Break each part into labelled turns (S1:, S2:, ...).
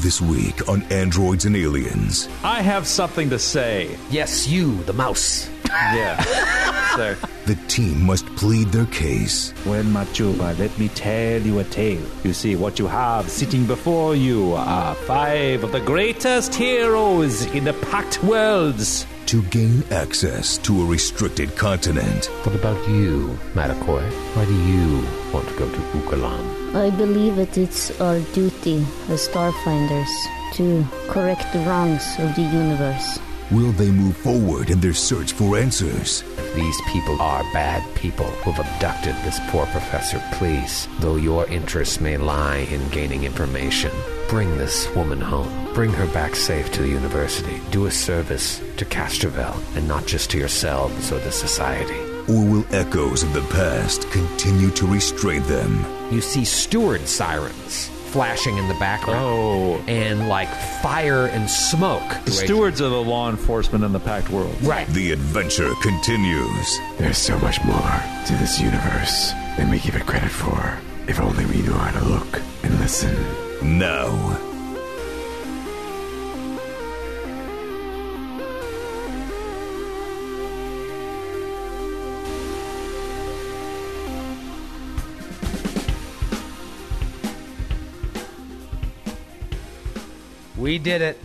S1: This week on Androids and Aliens.
S2: I have something to say.
S3: Yes, you, the mouse.
S2: Yeah. so,
S1: The team must plead their case.
S4: Well, Machuba, let me tell you a tale. You see, what you have sitting before you are five of the greatest heroes in the packed worlds.
S1: To gain access to a restricted continent,
S3: What about you, Madakoi? Why do you want to go to Bukalan?
S5: I believe that it's our duty as starfinders to correct the wrongs of the universe.
S1: will they move forward in their search for answers?
S3: These people are bad people who've abducted this poor professor. Please, though your interests may lie in gaining information, bring this woman home. Bring her back safe to the university. Do a service to Castrovel and not just to yourselves or the society.
S1: Or will echoes of the past continue to restrain them?
S3: you see steward sirens flashing in the background.
S2: Oh.
S3: And like fire and smoke.
S2: the stewards of the law enforcement in the packed world.
S3: Right.
S1: The adventure continues.
S6: There's so much more to this universe than we give it credit for. If only we knew how to look and listen.
S1: Now.
S3: We did it.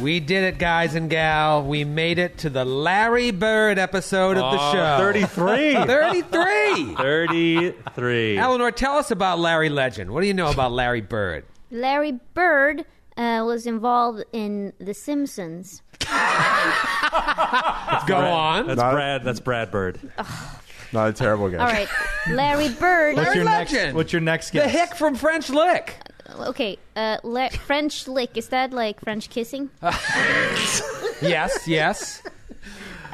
S3: We did it, guys and gal. We made it to the Larry Bird episode of
S2: Oh,
S3: the show.
S2: 33.
S3: 33.
S2: 33.
S3: Eleanor, tell us about Larry Legend. What do you know about Larry Bird?
S5: Larry Bird uh, was involved in The Simpsons.
S3: Go on.
S2: That's Brad. That's Brad Bird.
S6: Not a terrible guy.
S5: All right, Larry Bird.
S3: Larry
S7: your next-
S3: Legend.
S7: what's your next
S3: The
S7: guess?
S3: hick from French Lick.
S5: Okay, uh, la- French lick. Is that like French kissing?
S3: Yes, yes.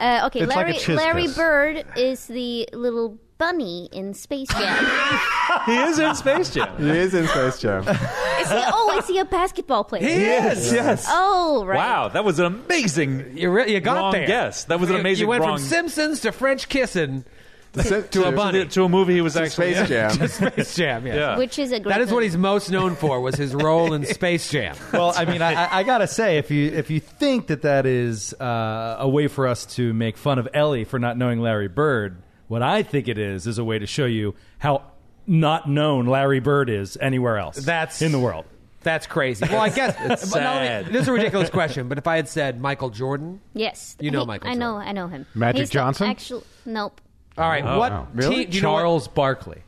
S5: Uh, okay,
S7: It's like a
S5: Larry
S7: chiz
S5: Larry
S7: kiss.
S5: Bird is the little bunny in Space Jam.
S2: He is in Space Jam.
S6: He is in Space Jam.
S5: is he? Oh, is he a basketball player?
S3: Yes.
S6: yes.
S5: Oh, right.
S2: Wow, that was an amazing
S3: You, re- you got
S2: wrong
S3: there.
S2: guess. That was an
S3: You-
S2: amazing
S3: You went
S2: wrong-
S3: from Simpsons to French kissing
S6: to
S3: a bunny.
S2: to a movie he was actually
S6: Space Jam.
S3: to Space Jam. Yes.
S2: Yeah.
S5: Which is a great
S3: That is what
S5: movie.
S3: he's most known for was his role in Space Jam.
S7: Well, I mean, I, I- I gotta say, if you if you think that that is uh, a way for us to make fun of Ellie for not knowing Larry Bird, what I think it is is a way to show you how not known Larry Bird is anywhere else.
S3: That's-
S7: in the world.
S3: That's crazy. Well, I guess but not only-
S2: sad.
S3: this is a ridiculous question, but if I had said Michael Jordan,
S5: Yes,
S3: You know
S5: He-
S3: Michael
S5: I know,
S3: Jordan.
S5: I know him.
S6: Magic
S5: He's the
S6: Johnson?
S5: Actual, nope,
S3: all right, what team? do You know what-
S7: Oh, Charles Barkley.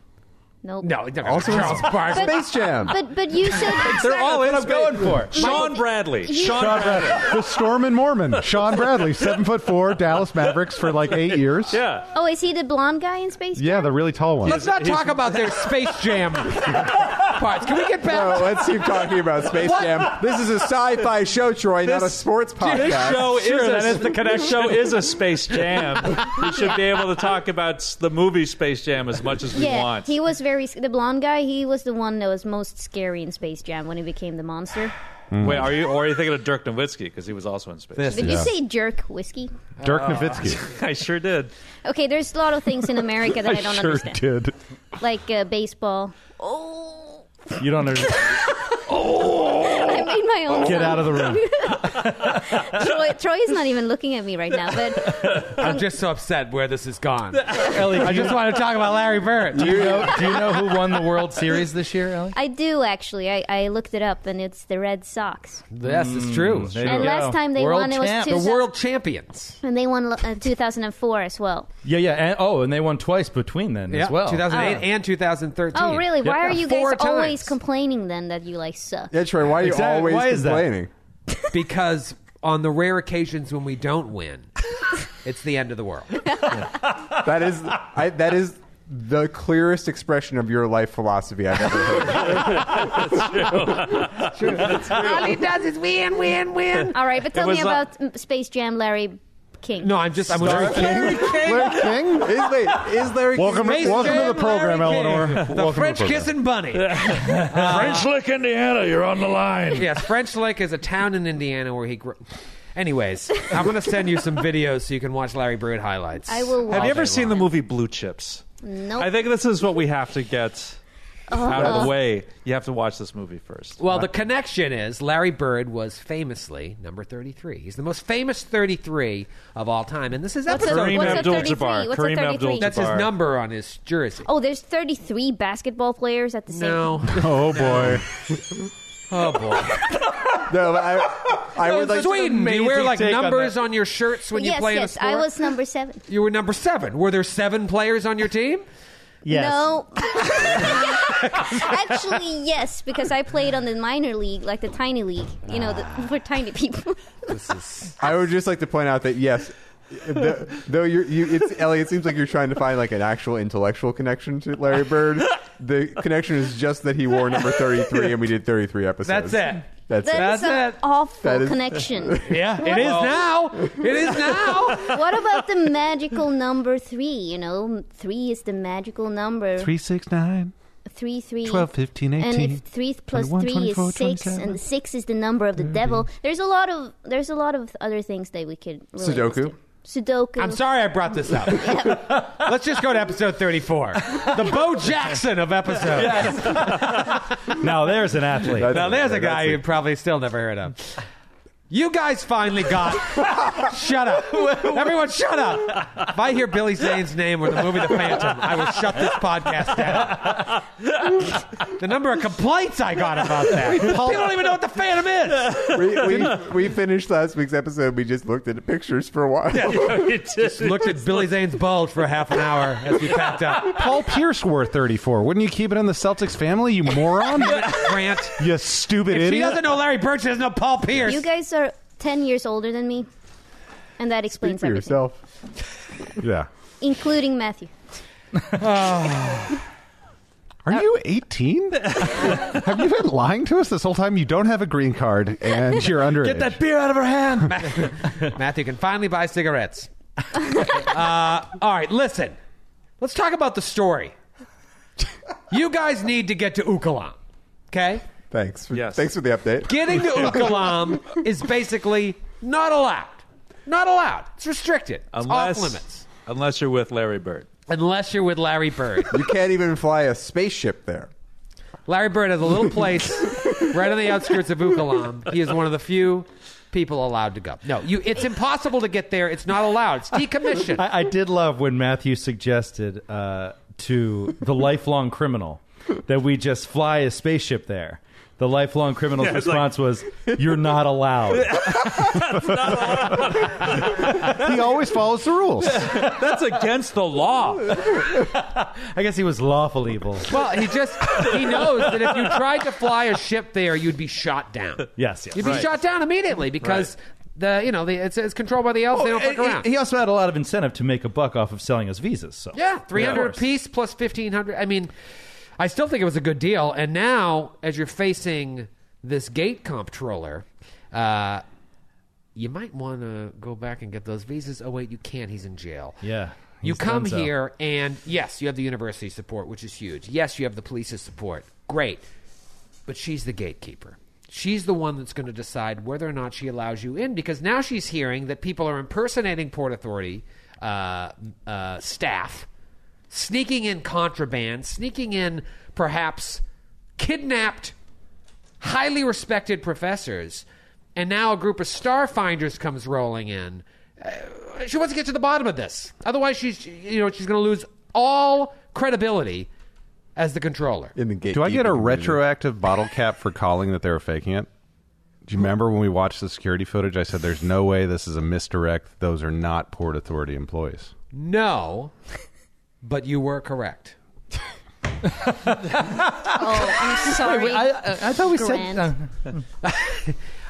S5: nope.
S3: no, it's not Charles Barkley.
S6: Space Jam.
S5: But but you said
S7: They're all in. I'm going for.
S2: Sean Bradley.
S5: You-
S2: Sean Bradley.
S8: the Storm and Mormon. Sean Bradley, seven foot four, Dallas Mavericks for like eight years.
S2: Yeah.
S5: Oh, is he the blonde guy in Space?
S8: Yeah, the really tall one.
S3: Let's not talk about their Space Jam parts. Can we get
S6: No,
S3: back?
S6: let's keep talking about Space Jam. This is a sci-fi show, Troy, not a sports podcast.
S2: This show
S7: Sure,
S2: is,
S7: that
S2: a,
S7: is the connection.
S2: This show is a Space Jam. we should be able to talk about s- the movie Space Jam as much as we
S5: Yeah,
S2: want.
S5: he was very sc- the blonde guy. He was the one that was most scary in Space Jam when he became the monster.
S2: Wait, are you or are you thinking of Dirk Nowitzki because he was also in Space? Oh.
S5: Did you say jerk whiskey?
S8: Dirk Nowitzki.
S2: I sure did.
S5: Okay, there's a lot of things in America that I, don't
S8: sure
S5: understand,
S8: did.
S5: like uh, baseball. Oh,
S7: You don't understand.
S3: Oh.
S5: I made my own.
S7: Get
S5: sound.
S7: out of the room.
S5: Troy, Troy is not even looking at me right now, but
S3: I'm just so upset where this has gone.
S7: Ellie,
S3: I
S7: do you,
S3: just want to talk about Larry Bird.
S7: do you know, do you know who won the World Series this year, Ellie?
S5: I do actually. I, I looked it up, and it's the Red Sox.
S3: Yes, it's true.
S7: Mm, There you
S5: And
S7: go.
S5: last time they
S7: World
S5: won, it was
S7: champ.
S5: two
S3: The
S5: thousand-
S3: world champions.
S5: and they won uh, 2004 as well.
S7: Yeah, yeah. And, oh, and they won twice between then as well.
S3: 2008
S5: Oh.
S3: and 2013.
S5: Oh, really? Why
S3: Yeah.
S5: are you guys
S3: Four
S5: always
S3: times.
S5: complaining then that you like suck?
S6: Yeah, Troy, why are you
S7: Exactly.
S6: always
S7: Why is that?
S6: complaining?
S3: because on the rare occasions when we don't win, it's the end of the world.
S6: That is, I, that is the clearest expression of your life philosophy I've ever heard.
S3: All he does is win, win, win.
S5: All right, but tell me
S2: was, uh,
S5: about mm, Space Jam, Larry King.
S3: No, I'm just. I'm
S8: Larry
S3: Larry King.
S8: Larry King?
S6: Is, wait, is Larry
S8: Welcome,
S3: Space
S8: welcome
S3: Jam,
S8: to the program,
S3: Larry King.
S8: Eleanor.
S3: The
S8: welcome
S3: French
S8: to the program.
S3: Kissing Bunny. Uh,
S9: French Lick, Indiana, you're on the line.
S3: yes, French Lick is a town in Indiana where he grew. Anyways, I'm going to send you some videos so you can watch Larry Bird highlights.
S5: I will.
S2: Have
S5: watch
S2: you ever
S5: it.
S2: seen the movie Blue Chips?
S5: Nope. Uh-huh.
S2: I think this is what we have to get out of the way, you have to watch this movie first.
S3: Well, the connection is Larry Bird was famously number 33. He's the most famous 33 of all time. And this is
S5: What's a-
S3: episode.
S2: Kareem
S5: what's a
S2: Abdul-Jabbar.
S5: 33? What's a
S2: Kareem
S5: 33?
S3: That's his number on his jersey.
S5: Oh, there's 33 basketball players at the same
S3: No.
S8: Oh boy.
S3: Oh, boy.
S6: No, but I, I would like.
S3: Sweden, do you wear like
S7: take on
S3: numbers on, your shirts when you
S5: yes,
S3: play in a
S5: yes.
S3: sport?
S5: I was number seven.
S3: You were number seven. Were there seven players on your team?
S10: Yes.
S5: No. Actually, yes, because I played on the minor league, like the tiny league. You know, the,
S3: Ah.
S5: for tiny people.
S6: I would just like to point out that yes, th- though you're, you, it's Ellie. It seems like you're trying to find like an actual intellectual connection to Larry Bird. The connection is just that he wore number 33, and we did 33
S3: That's
S6: episodes.
S3: it.
S6: That's, it.
S5: That's an
S3: it.
S5: awful
S6: That is-
S5: connection.
S7: Yeah,
S3: It is now. It is now.
S5: what about the magical number three? You know, three is the magical number.
S8: Three, six, nine.
S5: three, three.
S8: 12, 15,
S5: And
S8: 18,
S5: if three plus
S8: 21,
S5: three
S8: 24,
S5: is six,
S8: 27,
S5: and the six is the number
S6: Mm-hmm.
S5: of the devil. There's a lot of there's a lot of other things that we could relate this
S6: Sudoku?
S5: to. Sudoku.
S3: I'm sorry I brought this up. Let's just go to episode 34. The Bo Jackson of episodes.
S7: Now there's an athlete.
S6: That's
S3: Now,
S6: it.
S3: there's a
S6: That's
S3: guy
S6: it.
S3: you probably still never heard of. You guys finally got. shut up. Everyone, shut up. If I hear Billy Zane's name or the movie The Phantom, I will shut this podcast down. the number of complaints I got about that. People don't even know what The Phantom is.
S6: we, we, we finished last week's episode. We just looked at the pictures for a while.
S2: Just
S3: Looked at Billy Zane's bulge for half an hour as we packed up.
S8: Paul Pierce wore 34. Wouldn't you keep it in the Celtics family, you moron?
S3: Grant.
S8: you stupid
S3: If she
S8: idiot.
S3: doesn't know Larry Bird, she doesn't know Paul Pierce.
S5: You guys are ten years older than me, and that
S6: Speak
S5: explains
S6: for
S5: everything,
S6: yourself.
S8: yeah.
S5: including Matthew.
S8: Are you 18? have you been lying to us this whole time? You don't have a green card and you're underage.
S3: Get that beer out of her hand. Matthew can finally buy cigarettes. Uh, all right, listen. Let's talk about the story. You guys need to get to Ukalam. Okay?
S6: Thanks. For,
S2: Yes.
S6: Thanks for the update.
S3: Getting to Ukalam is basically not allowed. Not allowed. It's restricted. It's
S2: unless,
S3: off limits.
S2: Unless you're with Larry Bird.
S3: Unless you're with Larry Bird.
S6: you can't even fly a spaceship there.
S3: Larry Bird has a little place right on the outskirts of Ukalam. He is one of the few people allowed to go. No, you it's impossible to get there. It's not allowed. It's decommissioned.
S7: I, I did love when Matthew suggested uh, to the lifelong criminal that we just fly a spaceship there. The lifelong criminal's
S2: it's
S7: response was, "You're not allowed."
S8: he always follows the
S11: Oh,
S8: rules.
S2: That's against the law.
S7: I guess he was lawful evil.
S3: Well, he just he knows that if you tried to fly a ship there, you'd be shot down.
S7: Yes, yes.
S3: You'd be shot down immediely because the you know the it's, it's controlled by the elves. they don't fuck
S7: Oh, And
S3: around.
S7: he- He also had a lot of incentive to make a buck off of selling us visas. So
S3: yeah, three hundred
S7: Of course.
S3: apiece plus fifteen hundred. I mean, I still think it was a good deal. And now, as you're facing this gate comptroller. Uh, you might want to go back and get those visas. Oh wait, you can't. He's in jail.
S7: Yeah,
S3: You
S7: he's
S3: come
S7: done so.
S3: here, and yes, you have the university support, which is huge. Yes, you have the police's support. Great. But she's the gatekeeper. She's the one that's going to decide whether or not she allows you in because now she's hearing that people are impersonating Port Authority uh, uh, staff, sneaking in contraband, sneaking in perhaps kidnapped, highly respected professors. And now a group of starfinders comes rolling in Uh, she wants to get to the bottom of this. Otherwise, she's you know she's going to lose all credibility as the controller.
S6: In the gate.
S8: Do I get a retroactive bottle cap for calling that they were faking it? Do you remember when we watched the security footage? I said, "There's no way this is a misdirect. Those are not Port Authority employees."
S3: No, but you were correct.
S5: Oh, I'm sorry.
S7: I, I, I thought we
S5: Grand.
S7: said uh,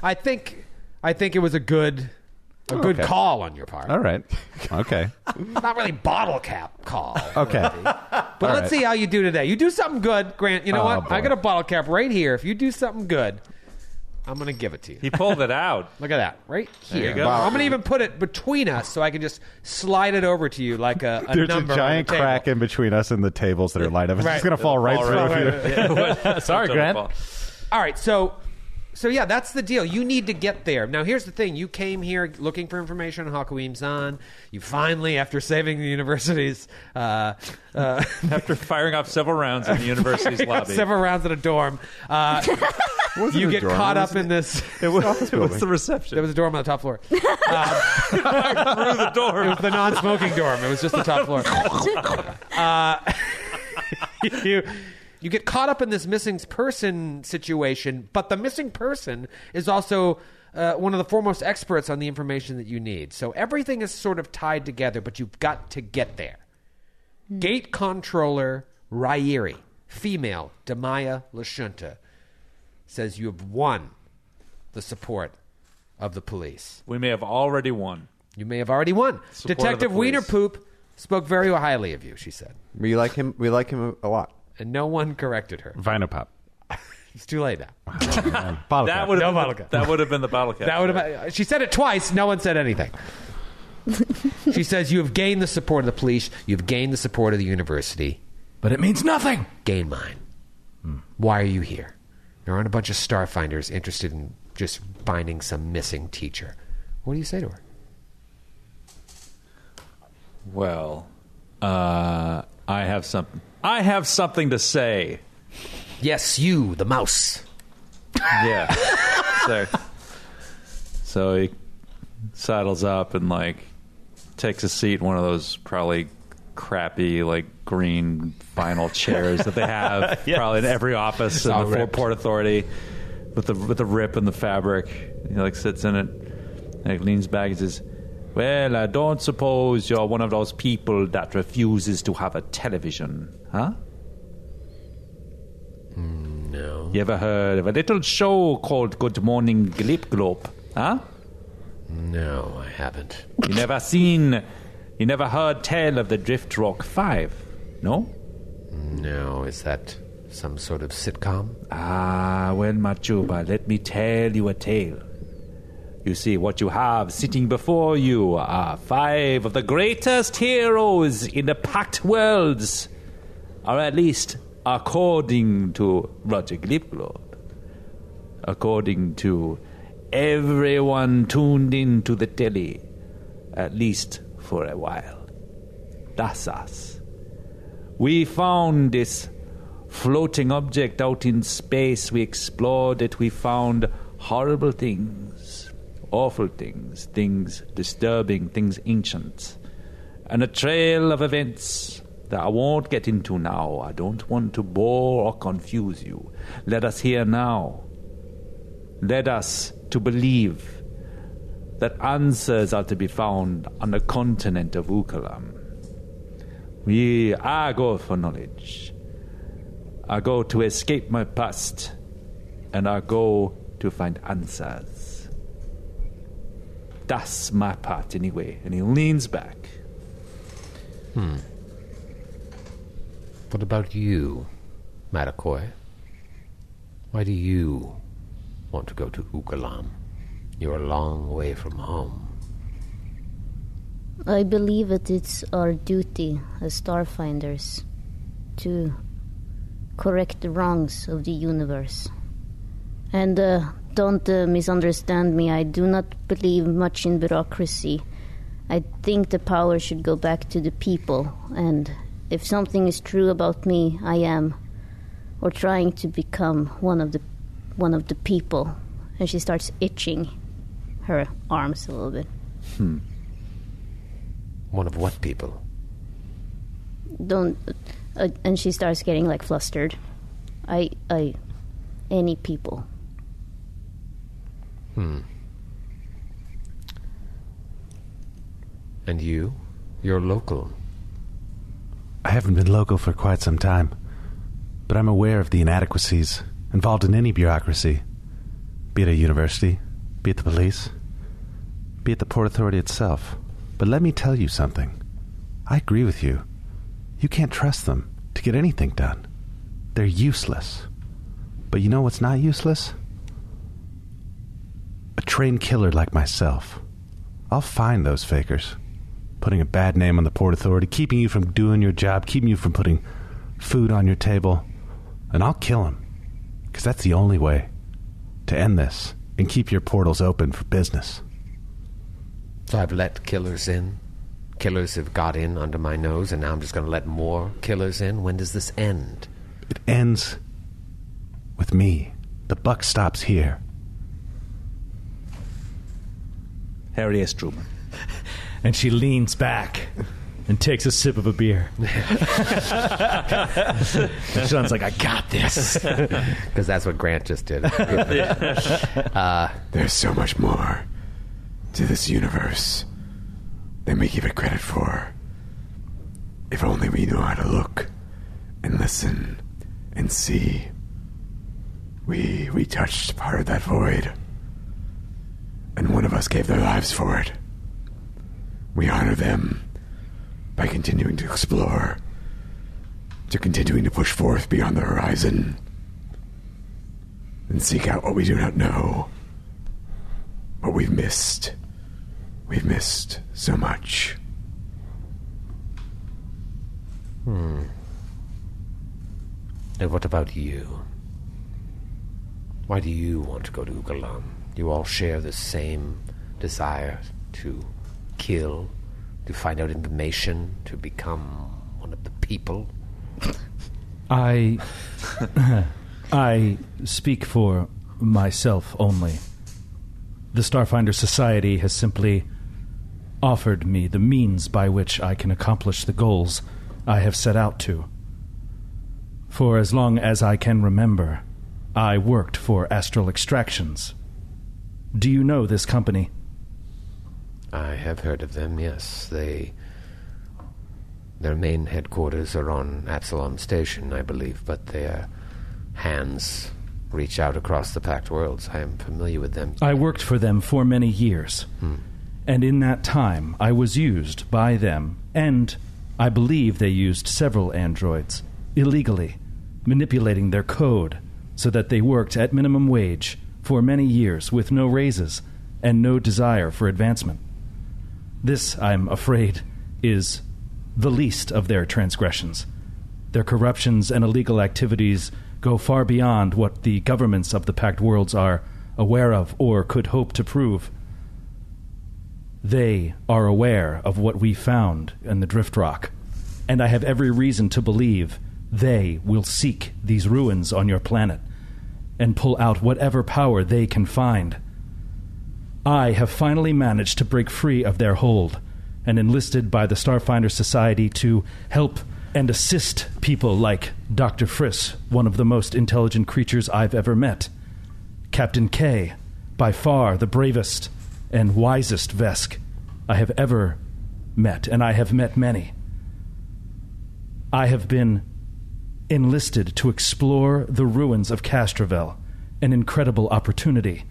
S3: I think I think it was a good a good
S8: Oh, Okay.
S3: call on your part.
S8: All right, okay,
S3: Not really bottle cap call.
S8: okay.
S3: But let's see how you do today. You do something good, Grant. You know
S8: Oh,
S3: what? I
S8: boy.
S3: got a bottle cap right here. If you do something good, I'm going to give it to you.
S2: He pulled it out.
S3: Look at that, right here.
S2: you go.
S3: I'm gonna even put it between us so I can just slide it over to you like a, a
S8: There's a
S3: number on
S8: giant
S3: the table.
S8: crack in between us and the tables that are lined up. It's
S3: Right.
S8: just gonna fall right
S2: All
S8: through.
S2: right. Yeah, it was-
S7: Sorry,
S2: Total
S7: Grant.
S2: ball.
S3: All right, so So yeah, that's the deal. You need to get there. Now here's the thing: you came here looking for information on Hakuim Zan. You finally, after saving the universities, uh, uh,
S2: after firing off several rounds in the university's
S3: Firing off
S2: lobby.
S3: several rounds in a dorm, uh, you
S2: a
S3: get
S2: dorm,
S3: caught
S2: it
S3: up
S2: was-
S3: in this.
S2: it was- it was Building. the reception.
S3: There was a dorm on the top floor. Uh,
S2: through the dorm.
S3: It was the non-smoking dorm. It was just the top floor. Uh, you you get caught up in this missing person situation, but the missing person is also uh, one of the foremost experts on the information that you need. So everything is sort of tied together, but you've got to get there. Gate controller Ryeri, female Demaya Lashunta, says you have won the support of the police.
S2: We may have already won.
S3: You may have already won.
S2: Support of the
S3: Detective
S2: police.
S3: Wiener Poop spoke very highly of you, she said.
S6: We like him. We like him a lot.
S3: And no one corrected her.
S8: Vinopop.
S3: It's too late now.
S2: that would
S3: no
S2: have
S3: bottle
S2: been,
S3: cap.
S2: that would have been the bottle cap.
S3: That would have. She said it twice. No one said anything. she says you have gained the support of the police. You've gained the support of the university.
S7: But it means nothing.
S3: Gain mine.
S2: Hmm.
S3: Why are you here? There aren't a bunch of starfinders interested in just finding some missing teacher. What do you say to her?
S2: Well, uh, I have something. I have something to say.
S3: Yes, you, the mouse.
S2: Yeah. so, so he saddles up and like takes a seat in one of those probably crappy like green vinyl chairs that they have
S12: Yes.
S2: probably in every office
S12: It's
S2: in
S12: all
S2: the Fort
S12: ripped.
S2: Port Authority with the with the rip in the fabric. He like sits in it and he leans back and says. Well, I don't suppose you're one of those people that refuses to have a television, huh?
S3: No.
S2: You ever heard of a little show called Good Morning Glip Glop? Huh?
S3: No, I haven't.
S2: You never seen, you never heard tell of the Drift Rock 5, no?
S3: No, is that some sort of sitcom?
S4: Ah, well, Machuba, let me tell you a tale. You see, what you have sitting before you are five of the greatest heroes in the packed worlds, or at least according to Roger Glipglobe. According to everyone tuned in to the telly, at least for a while. That's us. We found this floating object out in space. We explored it. We found horrible things, awful things, things disturbing, things ancient, and a trail of events that I won't get into now. I don't want to bore or confuse you. Let us hear now. Let us to believe that answers are to be found on the continent of Ukalam. We, I go for knowledge. I go to escape my past, and I go to find answers. That's my part, anyway. And he leans back.
S3: Hmm. What about you, Matakoy? Why do you want to go to Ugalam? You're a long way from home.
S5: I believe that it's our duty as starfinders to correct the wrongs of the universe. And uh, don't uh, misunderstand me, I do not believe much in bureaucracy. I think the power should go back to the people, and if something is true about me, I am or trying to become one of the one of the people. And she starts itching her arms a little bit.
S3: Hmm. One of what people?
S5: don't uh, and she starts getting like flustered i i any people
S3: Hmm. And you? You're local.
S13: I haven't been local for quite some time, but I'm aware of the inadequacies involved in any bureaucracy, be it a university, be it the police, be it the Port Authority itself. But let me tell you something. I agree with you. You can't trust them to get anything done. They're useless. But you know what's not useless? A trained killer like myself. I'll find those fakers. Putting a bad name on the Port Authority, keeping you from doing your job, keeping you from putting food on your table. And I'll kill them. Because that's the only way. to end this and keep your portals open for business.
S1: So I've let killers in. Killers have got in under my nose, and now I'm just going to let more killers in. When does this end?
S13: It ends with me. The buck stops here.
S11: Harry S. Truman.
S7: And she leans back and takes a sip of a beer.
S1: And Sean's like, I got this. Because that's what Grant just did.
S14: uh, There's so much more to this universe than we give it credit for. If only we knew how to look and listen and see. We we touched part of that void. And one of us gave their lives for it. We honor them by continuing to explore, to continuing to push forth beyond the horizon, and seek out what we do not know, what we've missed. We've missed so much.
S1: Hmm. And what about you? Why do you want to go to Ugalam? You all share the same desire to kill, to find out information, to become one of the people.
S7: I I speak for myself only. The Starfinder Society has simply offered me the means by which I can accomplish the goals I have set out to. For as long as I can remember, I worked for Astral Extractions. Do you know this company?
S1: I have heard of them, yes. They. Their main headquarters are on Absalom Station, I believe, but their hands reach out across the packed worlds. I am familiar with them.
S7: I worked for them for many years. And in that time, I was used by them, and I believe they used several androids illegally, manipulating their code so that they worked at minimum wage for many years with no raises and no desire for advancement. This, I'm afraid, is the least of their transgressions. Their corruptions and illegal activities go far beyond what the governments of the Pact Worlds are aware of or could hope to prove. They are aware of what we found in the Drift Rock, and I have every reason to believe they will seek these ruins on your planet and pull out whatever power they can find. I have finally managed to break free of their hold and enlisted by the Starfinder Society to help and assist people like Dr. Friss, one of the most intelligent creatures I've ever met, Captain K, by far the bravest and wisest Vesk I have ever met, and I have met many. I have been enlisted to explore the ruins of Castrovel, an incredible opportunity.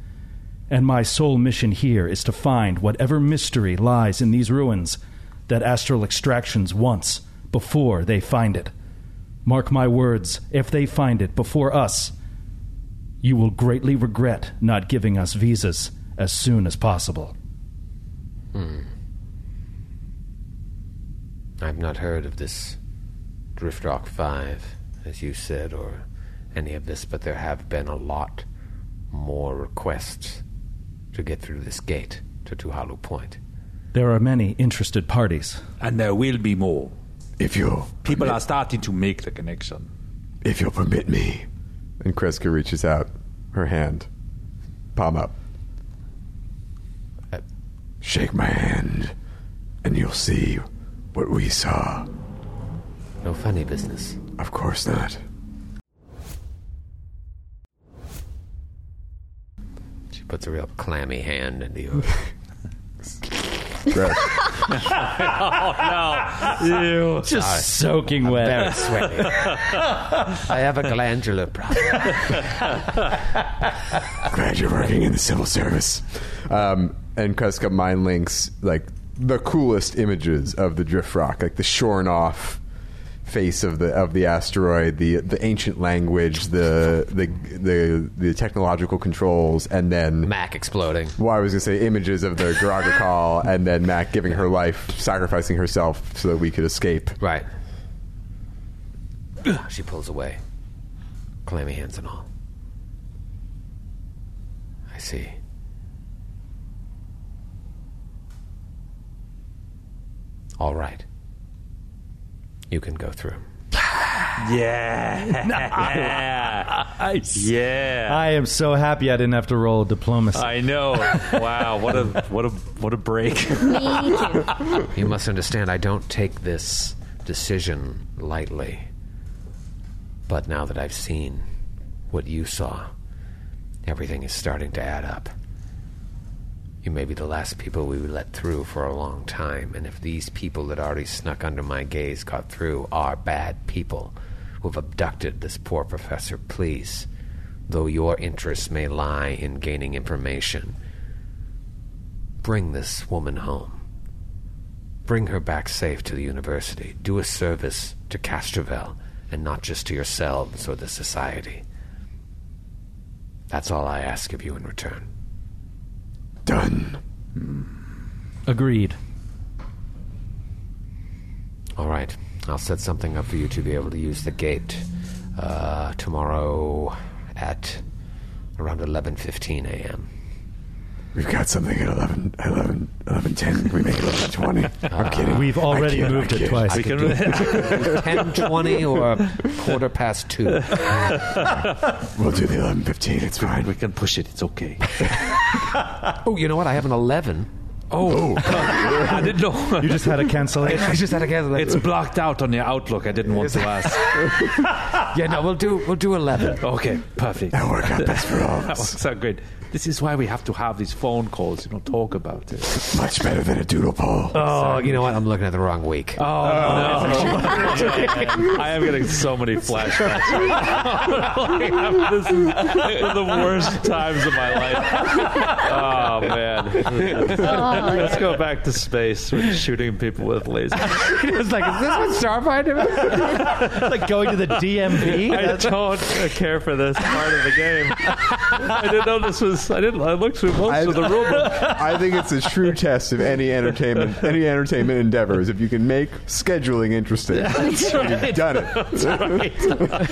S7: And my sole mission here is to find whatever mystery lies in these ruins that Astral Extractions wants before they find it. Mark my words, if they find it before us, you will greatly regret not giving us visas as soon as possible.
S1: Hmm. I've not heard of this Driftrock 5, as you said, or any of this, but there have been a lot more requests to get through this gate to Tuhalu Point.
S7: There are many interested parties.
S2: And there will be more.
S14: If you
S2: People are starting to make the connection.
S14: If you'll permit me.
S6: And Kreska reaches out her hand, palm up.
S14: Shake my hand, and you'll see what we saw.
S1: No funny business.
S14: Of course not.
S1: She puts a real clammy hand into yours.
S11: oh no!
S1: Just
S7: soaking
S1: wet. Very sweaty. I have a glandular problem.
S6: Glad you're working in the civil service. Um, and Kreska mind links like the coolest images of the drift rock, like the shorn off face of the of the asteroid, the the ancient language, the the the, the technological controls, and then
S1: Mac exploding.
S6: Well, I was gonna say images of the Garaga call, and then Mac giving her life, sacrificing herself so that we could escape.
S1: Right. she pulls away, clammy hands and all. I see. All right. You can go through.
S2: Yeah.
S7: nice.
S2: Yeah.
S7: I am so happy I didn't have to roll diplomacy.
S2: I know. Wow. What a what a what a break.
S1: You must understand, I don't take this decision lightly. But now that I've seen what you saw, everything is starting to add up. You may be the last people we would let through for a long time, and if these people that already snuck under my gaze got through are bad people who have abducted this poor professor, please, though your interests may lie in gaining information, bring this woman home. Bring her back safe to the university. Do a service to Castrovel and not just to yourselves or the society. That's all I ask of you in return.
S14: Done.
S7: Agreed.
S1: All right. I'll set something up for you to be able to use the gate uh, tomorrow at around 11:15 a.m.
S14: We've got something at 11, 11, 11 We make it 11 20. I'm kidding.
S7: We've
S14: I
S7: already
S14: kid, I
S7: moved it
S14: kid.
S7: twice.
S14: I
S7: We
S14: kid.
S7: can-
S1: Ten twenty or quarter past two.
S14: we'll do the 11 15. It's fine. We
S2: can push it. It's okay.
S1: Oh, you know what? I have an 11.
S2: Oh, I didn't know.
S7: You just had a cancellation.
S1: I just had a cancellation.
S2: It's blocked out on your Outlook. I didn't want to ask.
S1: yeah, no, we'll do we'll do eleven.
S2: Okay, perfect.
S14: That worked out best for all of
S2: That
S14: us.
S2: works out great. This is why we have to have these phone calls. You know, talk about it.
S14: Much better than a doodle poll.
S1: Oh, you know what? I'm looking at the wrong week.
S2: Oh, no. I am getting so many flashbacks. this, is, this is the worst times of my life. Oh, man.
S7: Oh,
S2: Let's go back to space with shooting people with lasers.
S3: it's like, is this what Starfinder is?
S7: like going to the DMV.
S2: I
S7: That's-
S2: don't uh, care for this part of the game. I didn't know this was. I didn't. I looked through most of the rulebook.
S6: I think it's a true test of any entertainment any entertainment endeavors. If you can make scheduling interesting,
S2: That's
S6: you've done it.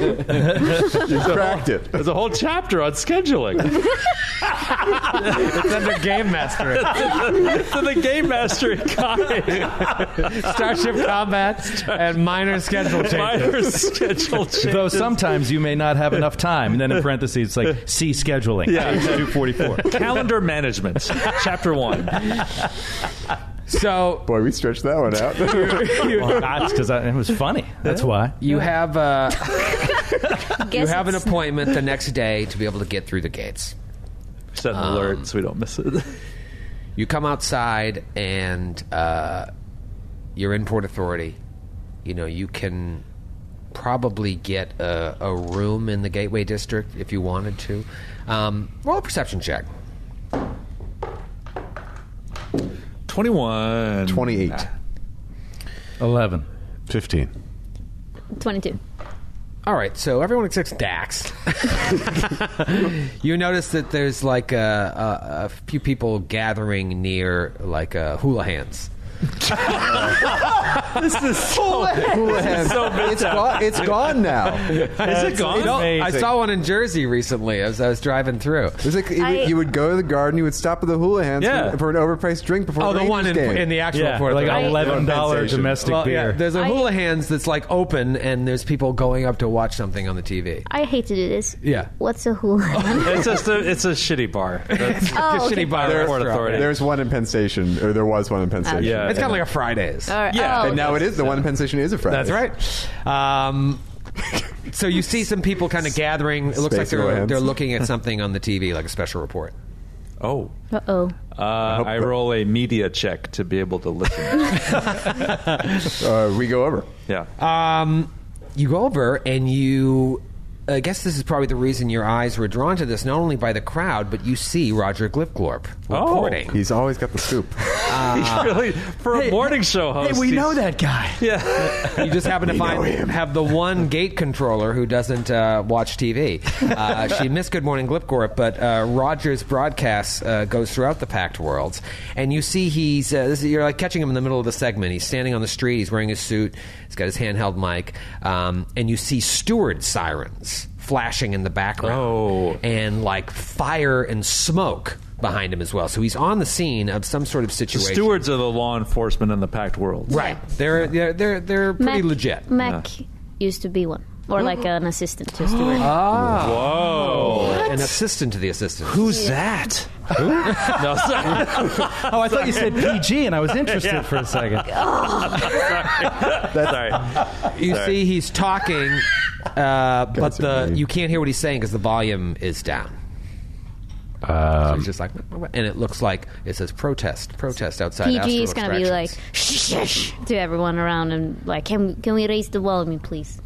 S6: You've cracked it.
S2: There's a whole chapter on scheduling.
S3: It's under Game Master.
S2: it's in the game mastery guide.
S3: Starship Combat and minor schedule changes.
S2: Minor schedule changes.
S7: Though sometimes you may not have enough time, and then in parentheses, it's like see scheduling.
S2: Yeah.
S7: two forty four.
S2: Calendar management, chapter one.
S3: So
S6: Boy, we stretched that one out.
S7: That's because it was funny. That's why.
S3: you have uh,
S5: Guess
S3: you have an
S5: it's-
S3: appointment.
S1: the next day to be able to get through the gates.
S2: Set an alert so we don't miss it.
S1: You come outside and uh, you're in Port Authority. You know, you can probably get a, a room in the Gateway District if you wanted to. Um, roll a perception check.
S2: Twenty-one.
S6: Twenty-eight.
S7: Eleven.
S15: 15.
S5: 22.
S1: All right, so everyone except Dax. you notice that there's like a, a, a few people gathering near like uh, hula hands.
S2: This is so. so messed
S6: it's
S2: up.
S6: gone. It's gone now.
S2: Is it gone?
S1: You know, I
S2: Amazing.
S1: saw one in Jersey recently as I was driving through.
S6: It's like you,
S5: I-
S6: would- you would go to the garden, you would stop at the hula hands
S2: Yeah.
S6: for, for an overpriced drink before
S3: Oh,
S6: the
S3: the one in,
S6: Rangers game.
S3: in the actual
S7: Yeah,
S3: Port
S7: like
S3: Authority.
S7: an eleven dollar
S6: Compensation.
S7: domestic
S3: Well, yeah,
S7: beer.
S3: there's a
S5: I-
S3: hula hands that's like open, and there's people going up to watch something on the TV.
S5: I hate to do this.
S3: Yeah.
S5: What's a hula?
S2: It's just a. It's a shitty bar. That's
S5: oh, okay.
S3: Shitty bar
S2: There-
S3: restaurant.
S2: Authority.
S6: There's one in Penn Station, or there was one in Penn Station.
S2: yeah.
S3: It's kind of like a Fridays.
S5: All right.
S2: Yeah,
S5: Oh,
S6: And now
S5: okay.
S6: it is the one in Penn Station is a Friday.
S3: That's right. Um, so you see some people kind of gathering. It looks like
S6: Space
S3: they're
S6: lands.
S3: they're looking at something on the TV, like a special report.
S2: oh.
S5: Uh-oh.
S2: Uh, I roll a media check to be able to listen.
S6: Uh, we go over.
S2: yeah.
S3: Um, you go over and you. I guess this is probably the reason your eyes were drawn to this, not only by the crowd, but you see Roger Glipglorp
S2: Oh.
S3: reporting.
S6: He's always got the scoop.
S3: Uh,
S2: really, for a morning show host. he's-
S7: that guy.
S3: You just happen to
S6: We know
S3: find
S6: him.
S3: have the one gate controller who doesn't uh, watch TV. Uh, she missed Good Morning Glipgorp, but uh, Roger's broadcast uh, goes throughout the packed worlds, and you see he's uh, this, you're like catching him in the middle of the segment. He's standing on the street. He's wearing his suit. He's got his handheld mic, um, and you see steward sirens flashing in the background. Oh. And like fire and smoke behind him as well. So he's on the scene of some sort of
S2: The
S3: situation.
S2: stewards are the law enforcement in the packed world.
S3: Right. They're they're they're, they're pretty
S5: Mac-
S3: legit.
S5: Mac used to be one, or like an assistant to a steward.
S3: Ah.
S2: Whoa.
S3: An assistant to the assistant.
S2: Who's that?
S3: Who?
S2: No, sorry.
S7: Oh, I thought you said PG, and I was interested
S2: Yeah.
S7: for a second.
S2: Sorry.
S3: You
S2: Sorry.
S3: see, he's talking, uh, but the you can't hear what he's saying because the volume is down. so
S2: Um,
S3: he's just like, and it looks like it says protest, protest outside.
S5: PG is
S3: Astro
S5: going to be
S3: Extraction.
S5: like shh, shh, shh, to everyone around and like, can can we raise the volume, please?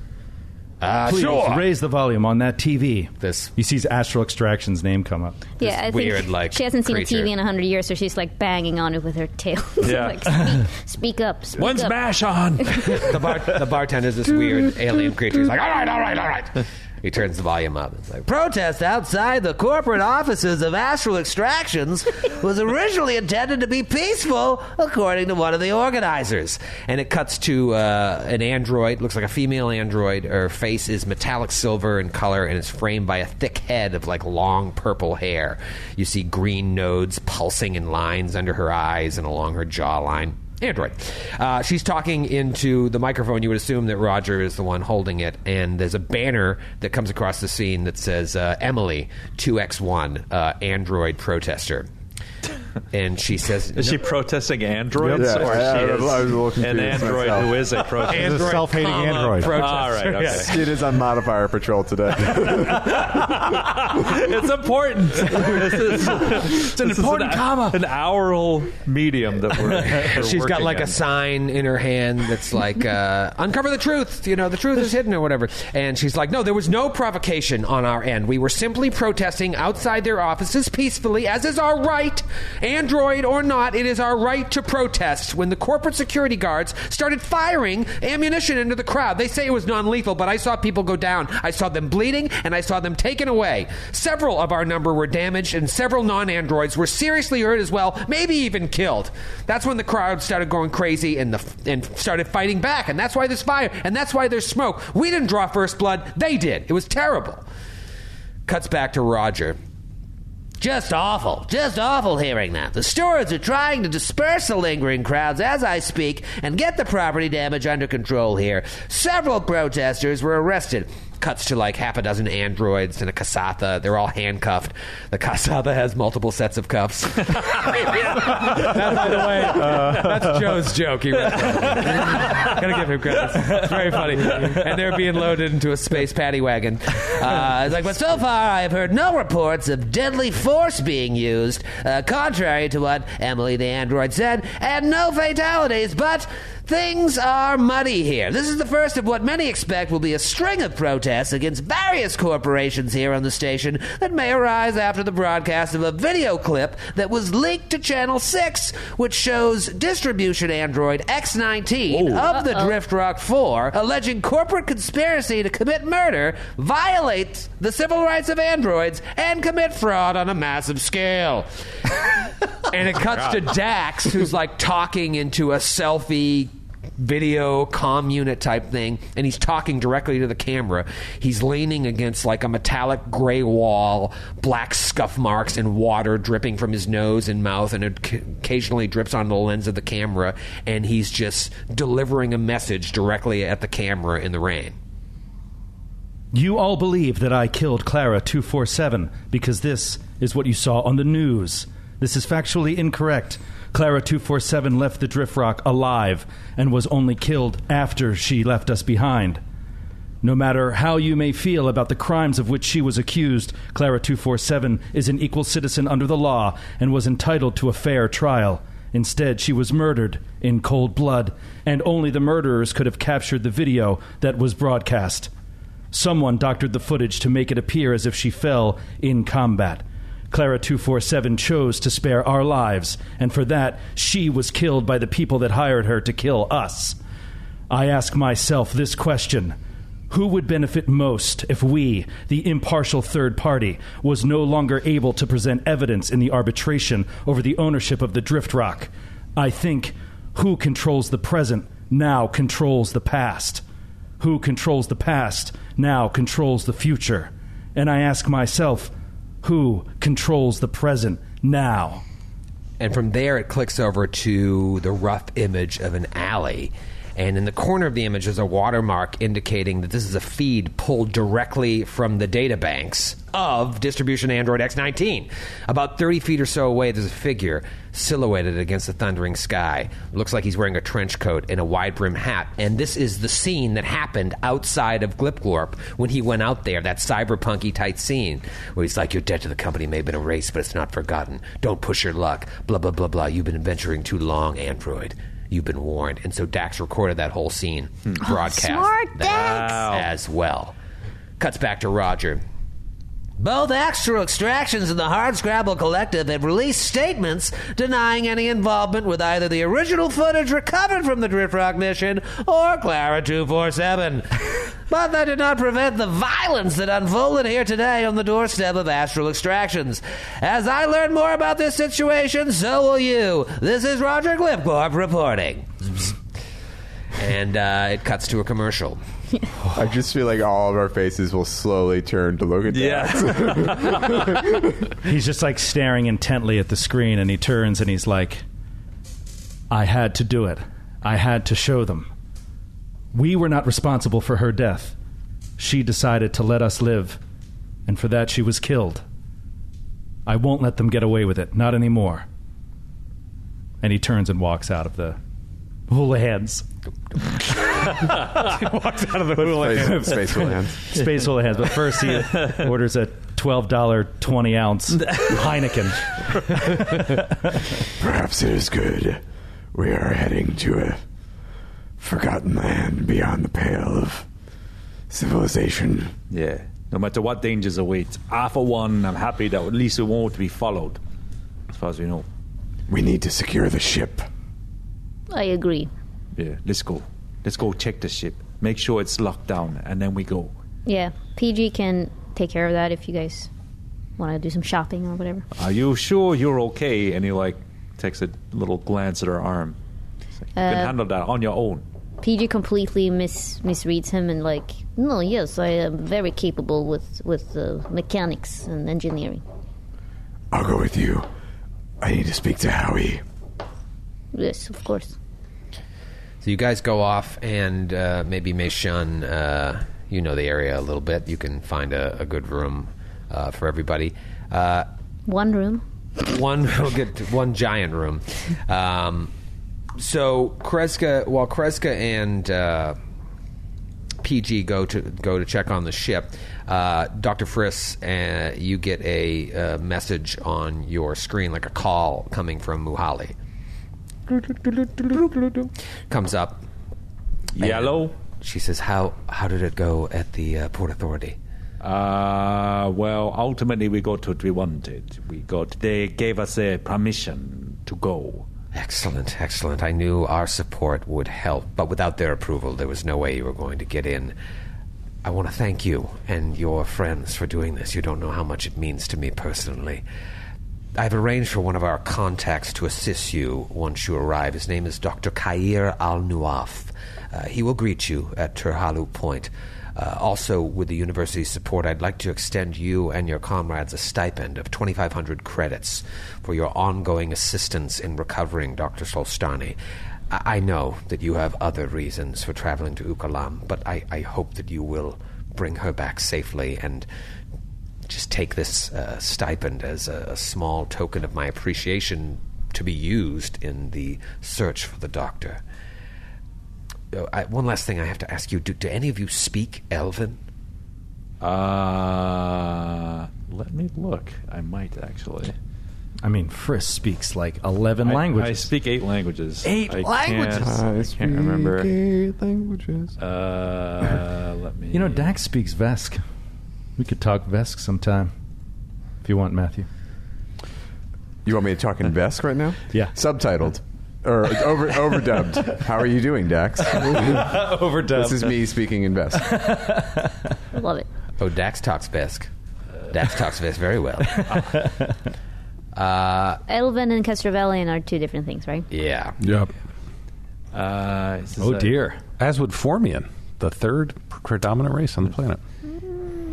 S3: Ah,
S7: Please
S3: sure.
S7: raise the volume on that TV.
S3: This
S7: he sees Astral Extraction's name come up.
S5: yeah, I think she hasn't seen TV in hundred years, so she's like banging on it with her tail.
S3: Yeah.
S5: like, speak, speak up. Speak
S3: When's
S5: up.
S3: MASH on? the bar, the bartender's this weird alien creature. He's like, all right, all right, all right. He turns the volume up. It's like, Protest outside the corporate offices of Astral Extractions was originally intended to be peaceful, according to one of the organizers. And it cuts to uh, an android, looks like a female android. Her face is metallic silver in color and is framed by a thick head of like long purple hair. You see green nodes pulsing in lines under her eyes and along her jawline. Android. Uh, she's talking into the microphone. You would assume that Roger is the one holding it, and there's a banner that comes across the scene that says uh, Emily 2x1 uh, Android protester. And she says,
S2: Is she protesting androids?
S3: Yep.
S2: or
S3: Yeah, I-
S2: she
S3: I
S2: is
S3: was a little
S2: an
S6: confused
S2: android
S6: myself.
S2: who is a protester?
S6: She's a self-hating android.
S2: All right, okay.
S6: It is on modifier patrol today.
S2: it's important. This is,
S3: It's an
S2: this
S3: important
S2: is an,
S3: comma.
S2: An aural medium that we're. we're
S3: She's got
S2: working
S3: like a
S2: in.
S3: sign in her hand that's like uh, "Uncover the truth," you know, the truth is hidden or whatever. And she's like, "No, there was no provocation on our end. We were simply protesting outside their offices peacefully, as is our right, Android or not. It is our right to protest." When the corporate security guards started firing ammunition into the crowd, they say it was non-lethal, but I saw people go down. I saw them bleeding, and I saw them taken away. Several of our number were damaged, and several non-androids were seriously hurt as well, maybe even killed. That's when the crowd started going crazy and the and started fighting back, and that's why there's fire, and that's why there's smoke. We didn't draw first blood; they did. It was terrible. Cuts back to Roger. Just awful. Just awful hearing that. The stewards are trying to disperse the lingering crowds as I speak and get the property damage under control here. Several protesters were arrested. Cuts to like half a dozen androids and a Kasatha. They're all handcuffed. The Kasatha has multiple sets of cuffs. that, by the way, that's Joe's joke. He wrote that. Gotta give him credit. It's very funny. And they're being loaded into a space paddy wagon. Uh, it's like, but so far I have heard no reports of deadly force being used, uh, contrary to what Emily the android said, and no fatalities. But things are muddy here. This is the first of what many expect will be a string of protests against various corporations here on the station that may arise after the broadcast of a video clip that was leaked to Channel 6, which shows distribution android X19 of the Drift Rock 4 alleging corporate conspiracy to commit murder, violate the civil rights of androids, and commit fraud on a massive scale. and it cuts to Dax, who's like talking into a selfie video comm unit type thing, and he's talking directly to the camera. He's leaning against like a metallic gray wall, black scuff marks and water dripping from his nose and mouth, and it c- occasionally drips onto the lens of the camera, and he's just delivering a message directly at the camera in the rain.
S7: You all believe that I killed Clara 247 because this is what you saw on the news. This is factually incorrect. Clara 247 left the Drift Rock alive and was only killed after she left us behind. No matter how you may feel about the crimes of which she was accused, Clara 247 is an equal citizen under the law and was entitled to a fair trial. Instead, she was murdered in cold blood, and only the murderers could have captured the video that was broadcast. Someone doctored the footage to make it appear as if she fell in combat. Clara 247 chose to spare our lives, and for that, she was killed by the people that hired her to kill us. I ask myself this question Who would benefit most if we, the impartial third party, was no longer able to present evidence in the arbitration over the ownership of the Drift Rock? I think who controls the present now controls the past.
S12: who controls the past now controls the future. And I ask myself, who controls the present now?
S3: And from there, it clicks over to the rough image of an alley. And in the corner of the image is a watermark indicating that this is a feed pulled directly from the data banks of distribution Android X19. About 30 feet or so away, there's a figure silhouetted against the thundering sky. Looks like he's wearing a trench coat and a wide brim hat. And this is the scene that happened outside of Glipglorp when he went out there, that cyberpunky tight scene where he's like, Your debt to the company may have been erased, but it's not forgotten. Don't push your luck. Blah, blah, blah, blah. You've been venturing too long, Android. You've been warned. And so Dax recorded that whole scene, broadcast
S5: Smart
S3: that as well. Cuts back to Roger.
S1: Both extra extractions and the Hardscrabble Collective have released statements denying any involvement with either the original footage recovered from the Driftrock mission or Clara 247. but that did not prevent the violence that unfolded here today on the doorstep of Astral Extractions. As I learn more about this situation, so will you. This is Roger Glipcorp reporting.
S3: And uh, it cuts to a commercial.
S6: I just feel like all of our faces will slowly turn to look at Dax.
S12: he's
S7: just like staring intently at the screen and he turns and he's like i had to do it i had to show them we were not responsible for her death she decided to let us live and for that she was killed i won't let them get away with it not anymore and he turns and walks out of the hula hands
S4: he
S7: walks out of the
S4: hula hands.
S7: Space- space hula hands. Space hula hands, but first he orders a twelve dollar twenty ounce Heineken.
S14: Perhaps it is good. We are heading to a forgotten land beyond the pale of civilization.
S2: Yeah. No matter what dangers await, I for one am happy that at least it won't be followed. As far as we know.
S14: We need to secure the ship.
S5: I agree.
S2: Yeah. Let's go. Let's go check the ship. Make sure it's locked down, and then we go.
S5: Yeah, PG can take care of that if you guys want to do some shopping or whatever.
S2: Are you sure you're okay? And he like takes a little glance at her arm. He's like, you
S5: Uh,
S2: can handle that on your own.
S5: PG completely mis- misreads him and like, no, yes, I am very capable with with uh, mechanics and engineering.
S14: I'll go with you. I need to speak to Howie.
S5: Yes, of course.
S3: So you guys go off, and uh, maybe Meishun, uh, you know the area a little bit. You can find a, a good room uh, for everybody. Uh,
S5: One room.
S3: one we'll get to one giant room. Um, so Kreska, while Kreska and uh, PG go to go to check on the ship, uh, Doctor Friss, uh, you get a uh, message on your screen, like a call coming from Muhali. Comes up.
S2: Yellow.
S3: She says, "How how did it go at the uh, port authority?"
S2: Uh, well, ultimately we got what we wanted. We got they gave us a permission to go.
S3: Excellent, excellent. I knew our support would help, but without their approval, there was no way you were going to get in. I want to thank you and your friends for doing this. You don't know how much it means to me personally. I've arranged for one of our contacts to assist you once you arrive. His name is Dr. Kair Al Nuaf. Uh, he will greet you at Terhalu Point. Uh, also, with the university's support, I'd like to extend you and your comrades a stipend of 2,500 credits for your ongoing assistance in recovering Dr. Solstani. I, I know that you have other reasons for traveling to Ukalam, but I, I hope that you will bring her back safely and just take this uh, stipend as a, a small token of my appreciation to be used in the search for the doctor. Oh, I, one last thing I have to ask you: Do, do any of you speak Elven?
S2: Uh, let me look. I might actually.
S7: I mean, Frisk speaks like 11
S2: I-
S7: languages.
S2: I speak eight languages.
S7: Eight
S2: I can't-
S7: languages! I
S2: I
S7: speak
S2: can't remember.
S6: languages.
S2: Uh, let me.
S7: You know, Dax speaks Vesk. We could talk Vesk sometime if you want, Matthew.
S6: You want me to talk in Vesk right now?
S7: Yeah.
S6: Subtitled. Or over, overdubbed. How are you doing, Dax?
S7: Overdubbed.
S6: This is me speaking in Vesk.
S5: I love it.
S3: Oh, Dax talks Vesk.
S2: Uh.
S3: Dax talks Vesk very well. Uh,
S5: Elven and Castrovellian are two different things, right?
S3: yeah.
S8: Yep.
S2: Uh,
S8: As would Oh, Formian. the third predominant race on the planet.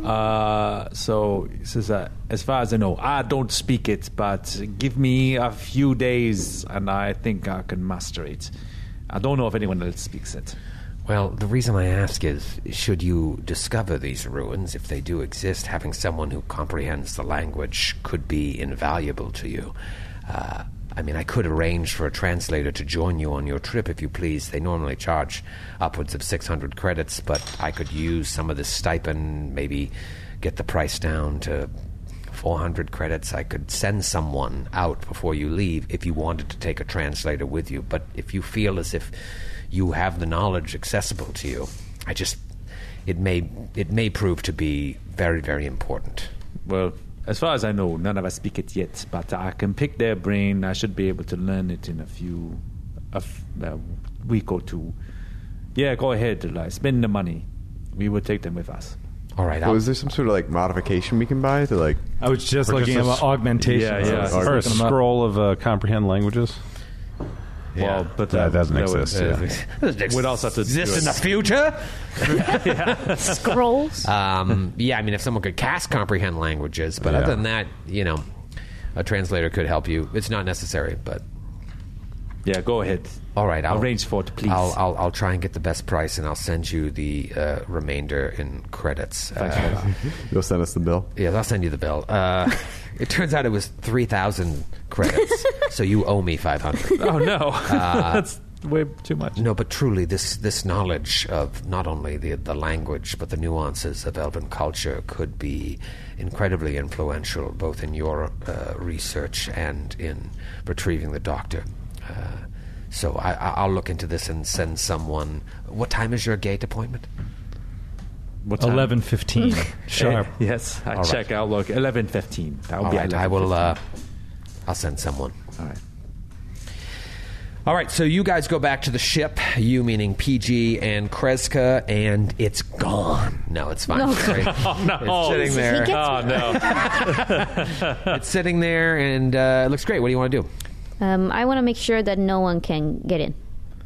S2: Uh, so he says, uh, as far as I know, I don't speak it, but give me a few days and I think I can master it. I don't know if anyone else speaks it.
S1: Well, the reason I ask is should you discover these ruins, if they do exist, having someone who comprehends the language could be invaluable to you. Uh, I mean, I could arrange for a translator to join you on your trip if you please. They normally charge upwards of 600 credits, but I could use some of this stipend, maybe get the price down to 400 credits. I could send someone out before you leave if you wanted to take a translator with you. But if you feel as if you have the knowledge accessible to you, I just it may it may prove to be very very important.
S2: Well, as far as I know, none of us speak it yet, but I can pick their brain. I should be able to learn it in a few, a, f- a week or two. Yeah, go ahead, Eli. Spend the money. We will take them with us.
S1: All right.
S6: Well, is there some sort of like modification we can buy to like?
S7: I was just
S6: Or
S7: looking
S6: a
S7: at
S6: s-
S7: my augmentation.
S6: Yeah, yeah.
S8: Or a scroll of uh, comprehend languages.
S2: Yeah. Well, but that-
S8: doesn't
S2: that would-
S8: exist.
S2: uh,
S8: yeah.
S2: We'd also have to do
S16: Exist
S2: a-
S16: in the future?
S5: Scrolls.
S3: Um,
S1: yeah, I mean, if someone could cast comprehend languages,
S3: but
S1: Yeah.
S3: other than that, you know, a translator could help you. It's not necessary, but
S2: yeah, go ahead.
S1: All right, I'll
S2: arrange for it, please.
S1: I'll, I'll I'll try and get the best price, and I'll send you the uh, remainder in credits.
S3: Thanks,
S1: Uh,
S6: You'll send us the bill.
S1: yeah, I'll send you the bill. Uh, it turns out it was three thousand credits, so you owe me five hundred.
S2: Oh, no.
S1: Uh,
S2: That's way too much.
S1: No, but truly, this this knowledge of not only the the language but the nuances of Elven culture could be incredibly influential, both in your uh, research and in retrieving the Doctor. Uh, so I, I- I'll look into this and send someone. What time is your gate appointment?
S2: What time?
S7: Eleven fifteen sharp.
S2: Eh, yes, I
S1: All right.
S2: check out. Look, eleven fifteen. That will
S1: All
S2: be.
S1: right, I will. Uh, I'll send someone.
S2: All right.
S3: All right, so you guys go back to the ship, you meaning PG and Kreska, and it's gone. No, it's fine.
S16: No.
S3: Sorry.
S16: Oh, no.
S3: It's sitting
S16: He
S3: there.
S16: gets Oh,
S3: no. it's sitting there, and uh, it looks great. What do you want to do?
S5: Um, I want to make sure that no one can get in.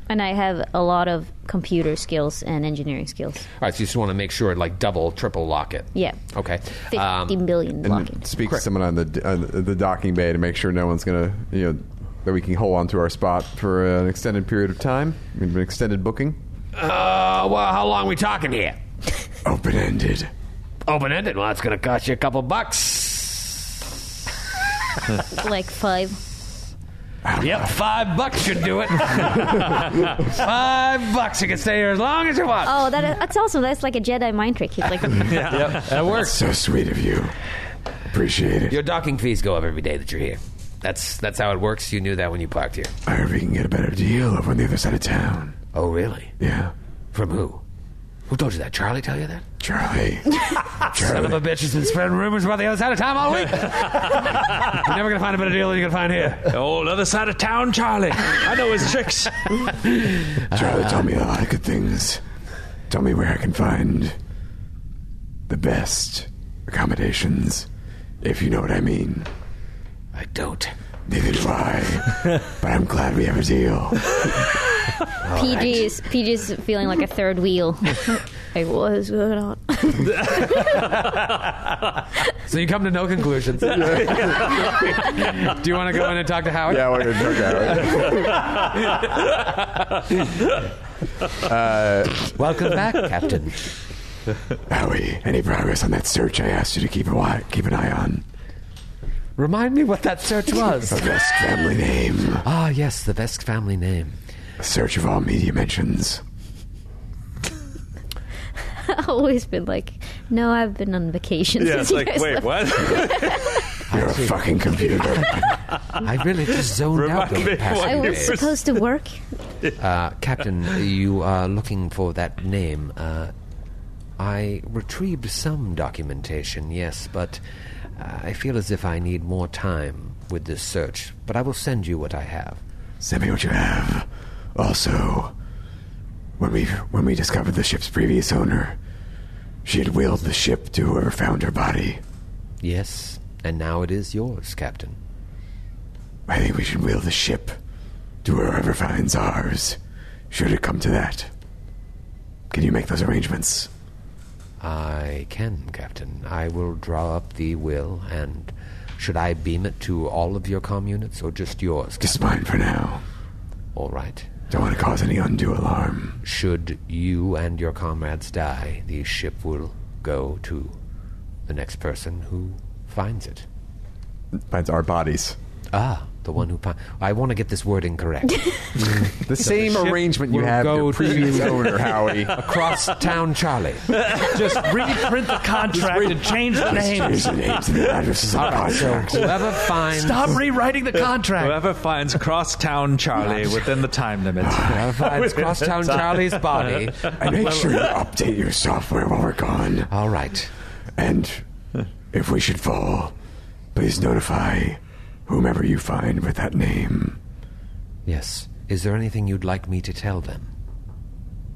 S5: And I have a lot of computer skills and engineering skills.
S3: All right, so you just want to make sure, like, double, triple lock it.
S5: Yeah.
S3: Okay. Uh,
S5: fifteen billion blocking.
S6: Um, And speak to someone on the on the docking bay to make sure no one's gonna you know that we can hold on to our spot for an extended period of time, an extended booking.
S3: Uh, well, how long we talking here?
S6: Open ended.
S3: Open ended. Well, it's going to cost you a couple bucks.
S5: like five.
S3: Yep, five bucks should do it. five bucks. You can stay here as long as you want.
S5: Oh, that, that's awesome. That's like a Jedi mind trick. He's like,
S3: that works.
S6: so sweet of you. Appreciate it.
S3: Your docking fees go up every day that you're here. That's that's how it works. You knew that when you parked here.
S14: I heard we can get a better deal over on the other side of town.
S3: Oh, really?
S14: Yeah.
S3: From who? Who told you that? Charlie tell you that?
S14: Charlie.
S3: Son of a bitch has been spreading rumors about the other side of town all week. You're never gonna find a better deal than you can find here.
S2: Oh, other side of town, Charlie. I know his tricks.
S14: Charlie
S3: Uh,
S14: told me a lot of good things. Tell me where I can find the best accommodations, if you know what I mean.
S3: I don't.
S14: Neither do I. but I'm glad we have a deal.
S5: PG is PG is feeling like a third wheel. like, what is going on?
S3: So you come to no conclusions. Do you want to go in and talk to Howard?
S6: Yeah, I want to talk
S14: Uh,
S3: Welcome back, Captain.
S14: Howie, any progress on that search I asked you to keep a wi- keep an eye on?
S3: Remind me what that search was.
S14: The Vesk family name.
S3: Ah, yes, the Vesk family name.
S14: A search of all media mentions.
S5: I've always been like, no, I've been on vacation.
S14: Yeah,
S5: since
S14: it's
S5: you
S14: like,
S5: guys
S14: wait,
S5: left."
S14: You're a fucking computer.
S3: I really just zoned out
S14: Remind
S3: those
S14: me
S3: past
S5: I
S3: few
S5: was
S3: days.
S5: supposed to work.
S3: Uh, Captain, you are looking for that name. Uh, I retrieved some documentation, yes, but uh, I feel as if I need more time with this search. But I will send you what I have.
S14: Send me what you have. Also, when we when we discovered the ship's previous owner, she had willed the ship to whoever found her body.
S3: Yes, and now it is yours, Captain.
S14: I think we should will the ship to whoever finds ours. Should it come to that, Can you make those arrangements?
S1: I can, Captain. I will draw up the will, and should I beam it to all of your comm units or just yours?
S14: Just mine for now.
S1: All right.
S14: Don't want to cause any undue alarm.
S1: Should you and your comrades die, the ship will go to the next person who finds it.
S6: Finds our bodies.
S1: Ah, the one who. Fin- I want to get this wording correct.
S6: The same
S1: ship
S6: arrangement you
S1: will
S6: have
S1: go
S6: your previous
S1: to-
S6: owner, Howie.
S1: Across town, Charlie.
S12: Just reprint the contract and change the names.
S1: All right, so whoever finds.
S12: Stop rewriting the contract.
S2: Whoever finds Crosstown Charlie within the time limit. Whoever
S1: finds Crosstown Charlie's body.
S14: And make sure you update your software while we're gone.
S1: All right.
S14: And if we should fall, please notify whomever you find with that name.
S1: Yes. Is there anything you'd like me to tell them?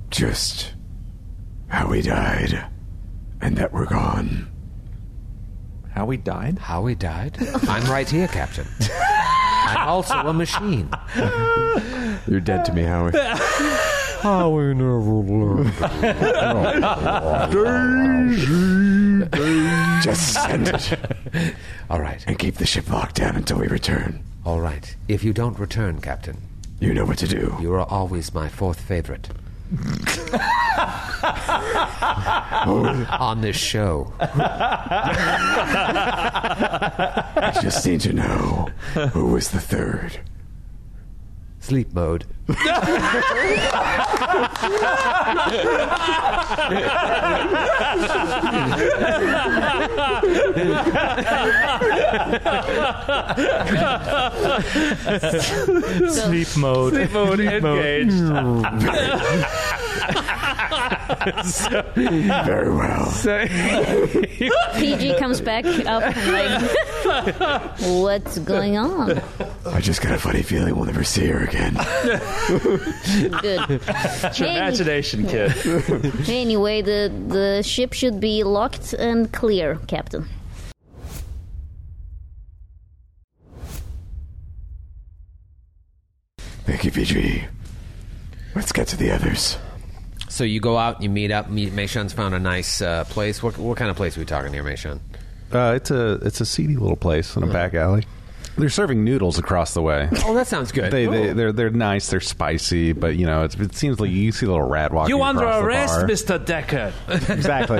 S14: Just how we died and that we're gone.
S2: How we died?
S1: How we died? I'm right here, Captain. I'm also a machine.
S6: You're dead to me, Howie.
S1: How we never
S14: Just send it.
S1: All right.
S14: And keep the ship locked down until we return.
S1: All right. If you don't return, Captain.
S14: You know what to do.
S1: You are always my fourth favorite. On this show.
S14: I just need to know who was the third.
S1: Sleep mode.
S12: Sleep mode.
S4: Sleep mode engaged.
S14: Very well.
S5: PG comes back up and like, what's going on?
S14: I just got a funny feeling we'll never see her again.
S5: Good.
S2: your imagination, kid.
S5: Anyway, the, the ship should be locked and clear, Captain.
S14: Thank you, PG. Let's get to the others.
S1: So you go out, you meet up. Me- Meishun's found a nice uh, place. What, what kind of place are we talking here, Meishun?
S8: Uh, it's a it's a seedy little place in a back alley. They're serving noodles across the way.
S1: Oh, that sounds good.
S8: They, they
S1: Oh.
S8: they're they're nice. They're spicy, but you know it's, it seems like you see a little rat walking.
S4: You under
S8: across the
S4: arrest,
S8: bar.
S4: Mr. Decker.
S8: Exactly,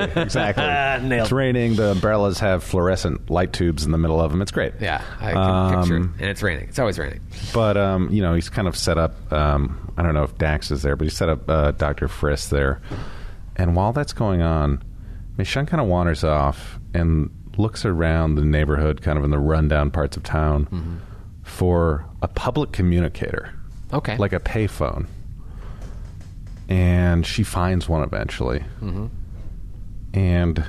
S8: exactly.
S1: Ah,
S12: Ah,
S4: Nailed.
S8: It's raining. The umbrellas have fluorescent light tubes in the middle of them. It's great. Um,
S1: Yeah, I can picture it. And it's raining. It's always raining.
S8: But um, you know, he's kind of set up. Um, I don't know if Dax is there, but he set up uh, Doctor Frisk there. And while that's going on, Michonne kind of wanders off and looks around the neighborhood, kind of in the rundown parts of town, for a public communicator.
S1: Okay.
S8: like a payphone. And she finds one eventually.
S1: Mhm.
S8: And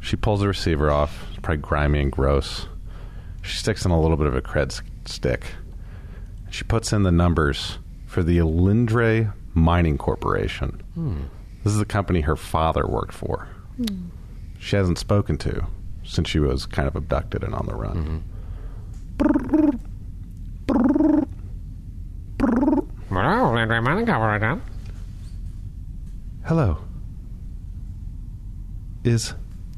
S8: she pulls the receiver off. It's probably grimy and gross. She sticks in a little bit of a cred s- stick. She puts in the numbers for the Alindre Mining Corporation.
S1: Hmm.
S8: This is the company her father worked for.
S1: Hmm.
S8: She hasn't spoken to since she was kind of abducted and on the run. Hello. Is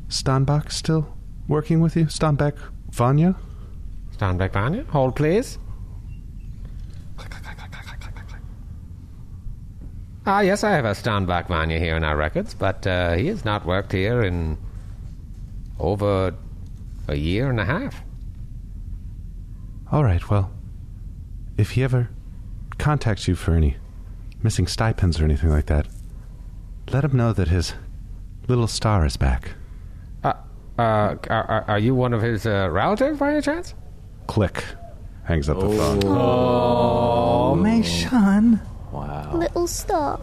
S8: Stanbach still working with you? Stanbach Vanya?
S1: Stanbach Vanya? Hold, please. Ah, yes, I have a Stanbach Vanya here in our records, but uh, he has not worked here in over a year and a half.
S13: All right, well, if he ever contacts you for any missing stipends or anything like that, let him know that his little star is back.
S1: Uh, uh, are, are, are you one of his uh, relatives by any chance?
S8: Click. Hangs up the phone.
S12: Oh, Meishan.
S8: Wow.
S5: Little star.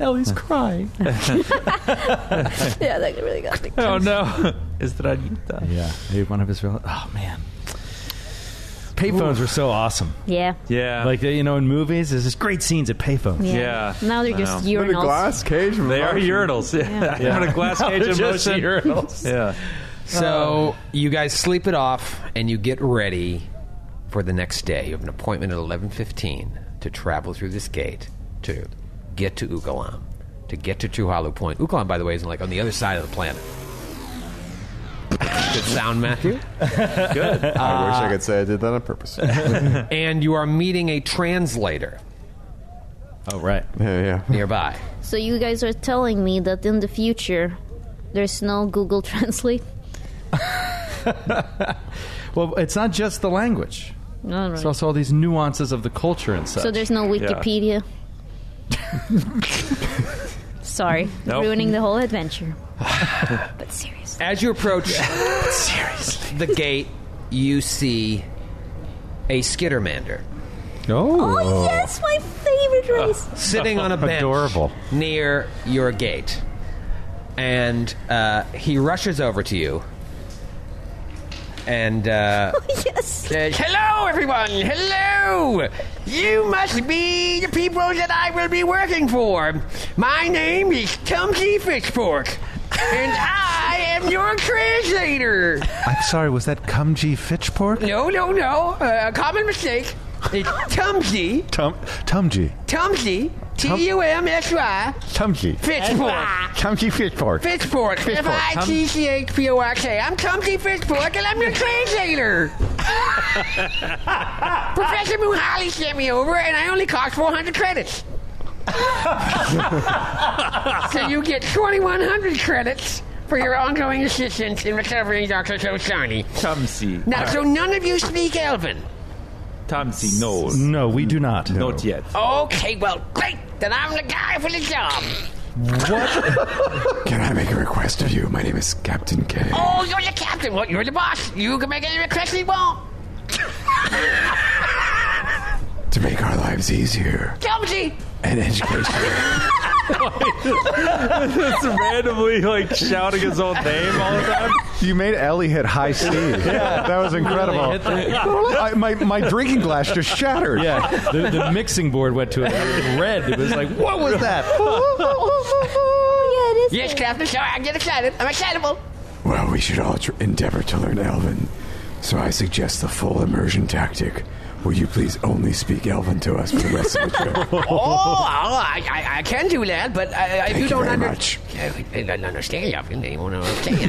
S12: Ellie's crying.
S5: yeah, that really got me.
S2: Oh no! Is that
S7: Yeah, maybe one of his real. Oh man, payphones were so awesome.
S5: Yeah.
S2: Yeah,
S7: like you know, in movies, there's just great scenes at payphones.
S5: Yeah. Yeah. Now they're I just know. urinals. With a glass
S6: cage.
S2: They are urinals. Yeah,
S7: Yeah.
S2: Not a glass cage
S7: They're
S2: of
S7: just
S2: motion.
S7: urinals.
S2: Yeah.
S1: So you guys sleep it off and you get ready for the next day. You have an appointment at eleven fifteen to travel through this gate to get to Ugalam.
S9: to get to True Hollow Point. Ukon, by the way, is like on the other side of the planet. Good sound, Matthew. Good.
S6: I wish
S7: Uh,
S6: I could say I did that on purpose.
S9: and you are meeting a translator.
S6: Oh right. Yeah, yeah.
S9: Nearby.
S5: So you guys are telling me that in the future, there's no Google Translate.
S7: Well, it's not just the language.
S5: All right.
S7: It's also all these nuances of the culture and such.
S5: So there's no Wikipedia. Sorry,
S7: Nope.
S5: ruining the whole adventure. but seriously,
S9: As you approach seriously the gate, you see a skittermander
S8: Oh.
S5: Oh, yes, my favorite race.
S3: Uh,
S9: sitting on a bench
S8: Adorable.
S9: near your gate, and uh, he rushes over to you. And uh,
S5: yes.
S9: says, "Hello, everyone. Hello. You must be the people that I will be working for. My name is Tumsy Fishfork, and I am your translator."
S13: I'm sorry, was that Cumgee Fitchport?
S9: No, no, no. Uh, a common mistake. It's Tumsy.
S13: Tum Tumgee.
S9: Tumsy.
S13: Tum-
S9: T U M S Y.
S13: Tumgee.
S9: Fitchfork.
S13: Cumgee Fitchport.
S9: Fitchfork.
S13: Fitchfork.
S9: F I T C H P O R K. I'm Tumsy Fitchfork, and I'm your translator. Professor Muhali sent me over, and I only cost 400 credits. so you get 2,100 credits for your ongoing assistance in recovering Dr. Tosani.
S2: Tumsy.
S9: Now, so none of you speak Elven.
S2: Tumsy, no.
S17: No, we do not.
S2: Not yet.
S9: Okay, well, great. Then I'm the guy for the job.
S14: Can I make a request of you? My name is Captain K.
S9: Oh, you're the captain. Well, you're the boss. You can make any request you want.
S14: To make our lives easier
S9: Tumsy.
S14: and educational.
S2: Just randomly like shouting his own name all the time.
S8: You made Ellie hit high C. That was incredible. I, my, my drinking glass just shattered.
S7: Yeah, the, the mixing board went to a red. It was like, what was that?
S9: Oh,
S5: yeah, it is.
S9: Yes, Captain. Sorry, I get excited. I'm excitable.
S14: Well, we should all tr- endeavor to learn Elven. So I suggest the full immersion tactic. Will you please only speak Elven to us for the rest of the trip?
S9: oh, oh, I, I, I can do that, but I, I- if
S14: Thank
S9: you
S14: you
S9: don't
S14: very
S9: under-
S14: much.
S9: I don't understand Elven, they won't understand.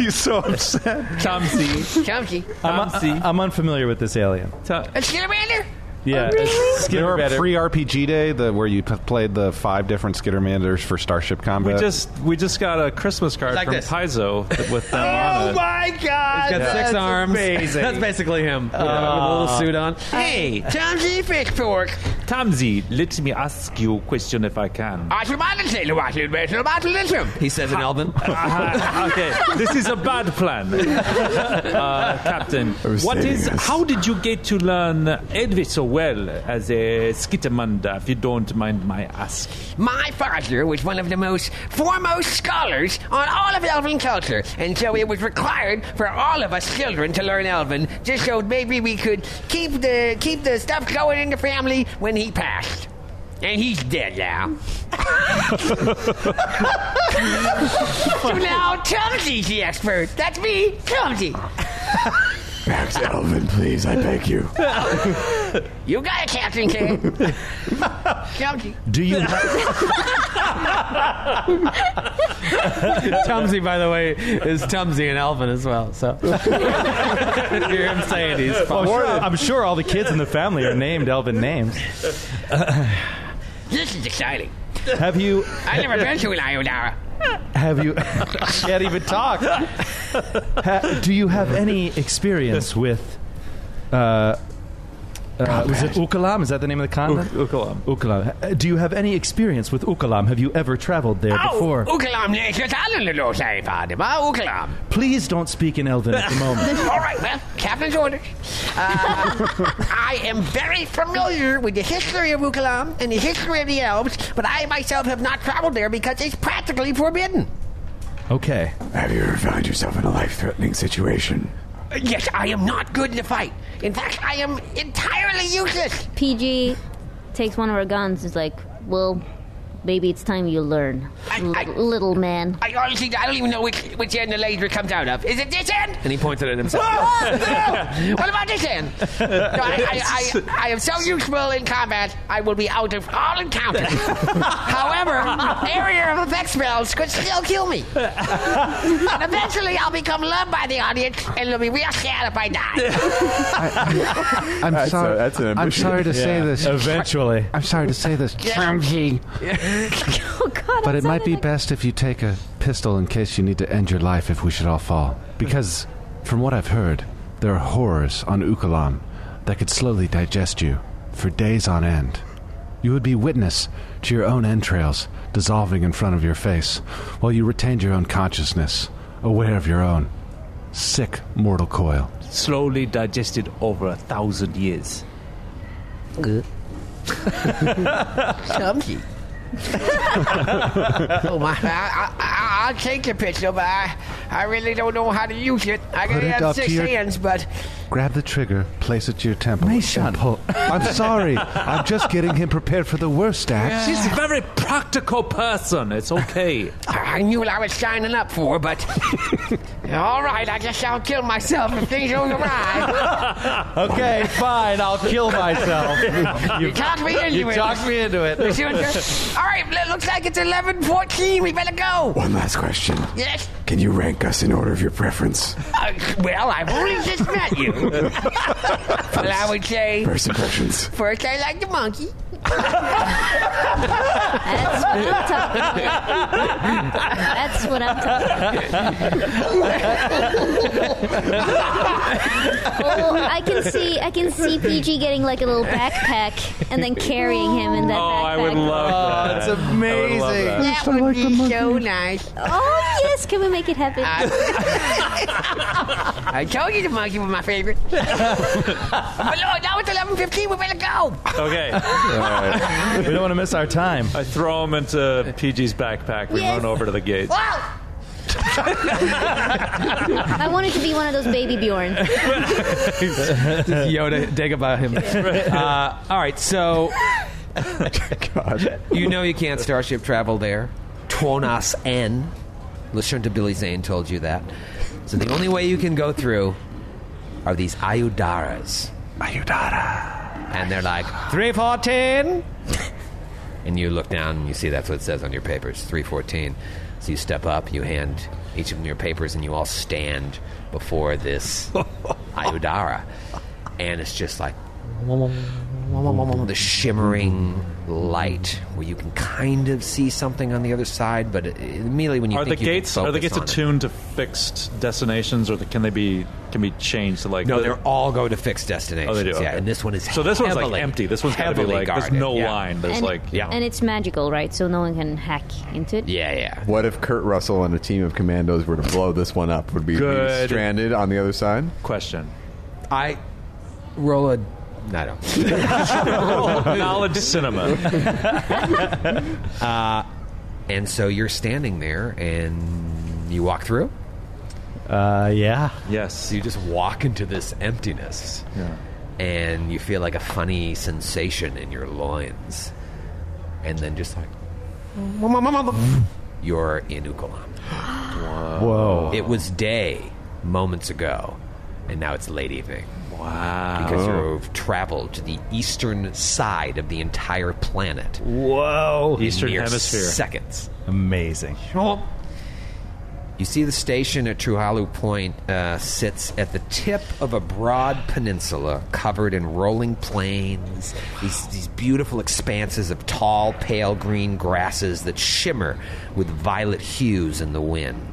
S8: He's so upset.
S2: Tumsy.
S9: Chumsy.
S7: I'm,
S9: uh,
S7: I'm unfamiliar with this alien.
S9: A Skittermander?
S7: Yeah, it's
S8: There were
S7: Skittermander.
S8: free RPG day the, where you p- played the five different Skittermanders for Starship
S2: We
S8: Combat.
S2: just we just got a Christmas card
S9: Like
S2: from
S9: this.
S2: Paizo with them on
S9: Oh
S2: it.
S9: my god!
S2: He's got six
S9: that's
S2: arms.
S9: Amazing. That's basically him uh, with a little suit on. Hey, Chumsy Fishfork.
S2: Tomsy, let me ask you a question if I can.
S9: He says in Elven.
S2: Uh, okay, this is a bad plan, uh, Captain.
S14: was
S2: What
S14: saving
S2: is?
S14: us.
S2: How did you get to learn Edwin so well as a Skittermanda? If you don't mind my ask.
S9: My father was one of the most foremost scholars on all of Elven culture, and so it was required for all of us children to learn Elven, just so maybe we could keep the keep the stuff going in the family when he passed. And he's dead now. so now Tumsy's the expert. That's me, Tumsy.
S14: Back to Elven, please, I beg you.
S9: You got it, Captain K. Tumsy.
S17: Do you
S9: Tumsy, by the way, is Tumsy and Elvin as well. So hear him saying he's
S7: Well, I'm, sure, I'm sure all the kids in the family are named Elven names.
S9: This is exciting.
S7: Have you?
S9: I never been to an Iodara.
S7: Have you? can't even talk. Ha, do you have any experience with? Uh, uh, was it Ukalam? Is that the name of the continent?
S2: Ukalam.
S7: Ukalam. Uh, Do you have any experience with Ukalam? Have you ever traveled there before?
S9: Ukalam Nation Island, say, Father. My Ukalam.
S7: Please don't speak in Elven at the moment.
S9: All right, well, Captain's orders. Uh, I am very familiar with the history of Ukalam and the history of the elves, but I myself have not traveled there because it's practically forbidden.
S7: Okay.
S14: Have you ever found yourself in a life threatening situation?
S9: Uh, Yes, I am not good in the fight. In fact, I am entirely useless.
S5: PG takes one of our guns. Is like, well, Maybe it's time you learn, L- little man.
S9: I honestly, I don't even know which, which end the laser comes out of. Is it this end?
S3: And he pointed at himself.
S9: what about this end? No, I, I, I, I am so useful in combat, I will be out of all encounters. However, area of effect spells could still kill me. and eventually, I'll become loved by the audience, and they'll be real sad if I die.
S8: I'm
S14: That's
S8: sorry.
S14: a- that's an
S8: I'm
S14: ambition.
S8: sorry to say
S14: Yeah,
S8: this.
S7: Eventually,
S8: I'm sorry to say this, Chunky. but it might be best if you take a pistol in case you need to end your life if we should all fall. Because, from what I've heard, there are horrors on Ukalam that could slowly digest you for days on end. You would be witness to your own entrails dissolving in front of your face while you retained your own consciousness, aware of your own sick mortal coil.
S4: Slowly digested over a thousand years.
S9: Chunky. oh my! I, I- I, I'll take the pistol, but I, I really don't know how to use it. I
S8: Put
S9: gotta
S8: it
S9: have
S8: up to
S9: six
S8: your-
S9: hands, but
S8: Grab the trigger, place it to your temple. and pull. I'm sorry. I'm just getting him prepared for the worst, Dax.
S4: She's a very practical person. It's okay.
S9: I knew what I was signing up for. But all right, I guess I'll kill myself if things don't arrive.
S7: Okay, fine. I'll kill myself.
S9: You talked me into
S7: you
S9: it.
S7: talked me into it.
S9: You see what you're- all right, it looks like it's eleven fourteen. We better go.
S14: One last question.
S9: Yes.
S14: Can you rank us in order of your preference?
S9: Uh, well, I've only just met you. well, I would say
S14: First impressions.
S9: first I like the monkey.
S5: That's what I'm talking about. That's what I'm talking about. Oh, I can see, I can see PG getting like a little backpack and then carrying him in that backpack.
S2: Oh, I would love
S7: Oh,
S2: that.
S7: It's amazing.
S9: That would be so nice.
S5: Oh yes, can we make it happen?
S9: I told you the monkey was my favorite. but Lord, now it's eleven fifteen. We better go.
S2: Okay.
S7: We don't want to miss our time.
S2: I throw him into PG's backpack. We
S5: Yes.
S2: run over to the gate.
S9: Wow.
S5: I wanted to be one of those baby Bjorn.
S3: Yoda Dagobah him. Uh, all right, so you know you can't starship travel there. Tuonas N. Listen to Billy Zane told you that. So the only way you can go through are these Ayudaras. Ayudara. And they're like three fourteen. And you look down and you see that's what it says on your papers, 314. So you step up, you hand each of them your papers, and you all stand before this Ayudara. And it's just like the shimmering light where you can kind of see something on the other side, but it- immediately when you
S2: Are the
S3: think you can
S2: gates are the
S3: focus
S2: gates
S3: on it-
S2: attuned to fixed destinations, or can they be can be changed to like?
S3: No,
S2: the-
S3: they're all go to fixed destinations.
S2: Oh, they do.
S3: Yeah,
S2: okay.
S3: and this one is
S2: so. This one's like
S3: heavily-
S2: empty. This one's gotta be
S3: heavily
S2: like
S3: guarded,
S2: there's no
S3: yeah.
S2: line. There's
S5: and,
S2: like
S5: and it's magical, right? So no one can hack into it.
S3: Yeah, yeah.
S6: What if Kurt Russell and a team of commandos were to blow this one up? Would we be
S3: Good.
S6: stranded on the other side?
S2: Question.
S3: I roll a. I don't.
S2: knowledge cinema.
S3: Uh, and so you're standing there, and you walk through.
S7: Uh, yeah.
S2: Yes.
S3: You just walk into this emptiness, and you feel like a funny sensation in your loins, and then just like you're in Ukalam. Whoa.
S7: Whoa.
S3: It was day moments ago, and now it's late evening.
S2: Wow.
S3: Because you've traveled to the eastern side of the entire planet.
S7: Whoa.
S3: Oh, Eastern hemisphere. Seconds.
S7: Amazing.
S3: You see the station at Truhalu Point uh, sits at the tip of a broad peninsula covered in rolling plains, these, these beautiful expanses of tall, pale green grasses that shimmer with violet hues in the wind.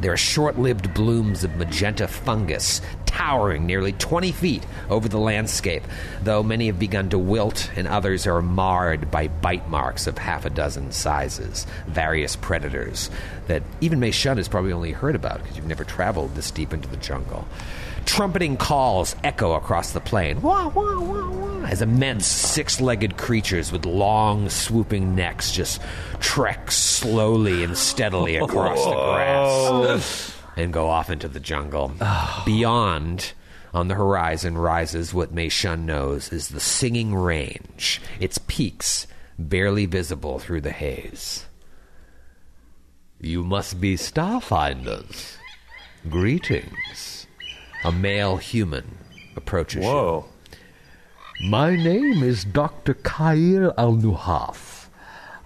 S3: There are short lived blooms of magenta fungus towering nearly 20 feet over the landscape, though many have begun to wilt and others are marred by bite marks of half a dozen sizes, various predators that even Mei Shun has probably only heard about because you've never traveled this deep into the jungle. Trumpeting calls echo across the plain. Wah, wah, wah, wah. As immense six legged creatures with long, swooping necks just trek slowly and steadily across the grass and go off into the jungle. Beyond, on the horizon, rises what Mei Shun knows is the Singing Range, its peaks
S1: barely visible through the haze. You must be starfinders. Greetings. A male human approaches Whoa. you. My name is Dr. Kair Al Nuhaf.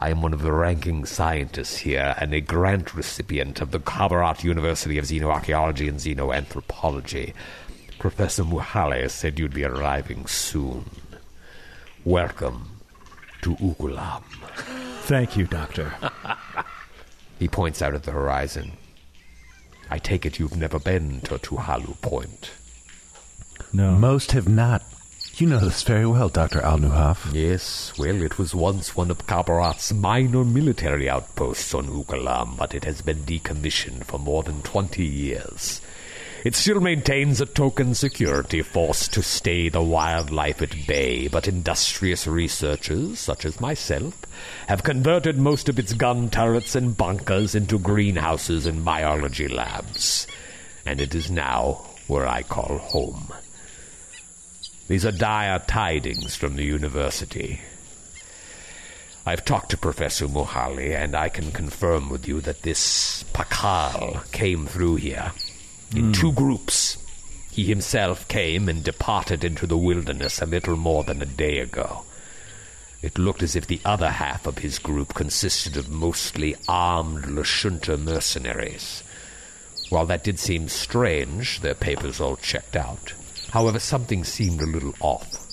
S1: I am one of the ranking scientists here and a grant recipient of the Kavarat University of Xenoarchaeology and Xenoanthropology. Professor Muhale said you'd be arriving soon. Welcome to Ugulam.
S12: Thank you, Doctor.
S1: He points out at the horizon. I take it you've never been to Tuhalu Point.
S13: No. Most have not. You know this very well, Dr. Alnuhaf.
S1: Yes, well, it was once one of Kabarat's minor military outposts on Ugalam, but it has been decommissioned for more than 20 years. It still maintains a token security force to stay the wildlife at bay, but industrious researchers, such as myself, have converted most of its gun turrets and bunkers into greenhouses and biology labs. And it is now where I call home. These are dire tidings from the university. I've talked to Professor Mohali, and I can confirm with you that this Pakal came through here
S3: Mm.
S2: Hmm.
S1: in two groups. He himself came and departed into the wilderness a little more than a day ago. It looked as if the other half of his group consisted of mostly armed Lashunta mercenaries. While that did seem strange, their papers all checked out. However, something seemed a little off.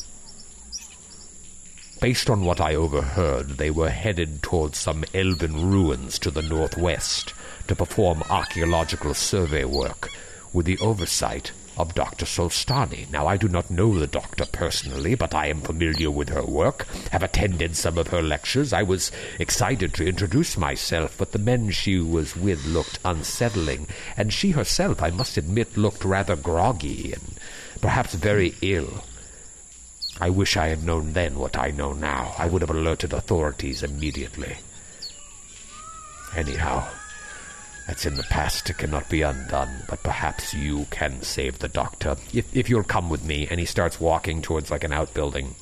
S1: Based on what I overheard, they were headed towards some elven ruins to the northwest to perform archaeological survey work with the oversight of Dr. Solstani. Now, I do not know the doctor personally, but I am familiar with her work, have attended some of her lectures. I was excited to introduce myself, but the men she was with looked unsettling, and she herself, I must admit, looked rather groggy and perhaps very ill. I wish I had known then what I know now. I would have alerted authorities immediately. Anyhow, that's in the past. It cannot be undone, but perhaps you can save the doctor. If, if you'll come with me. And he starts walking towards like an outbuilding.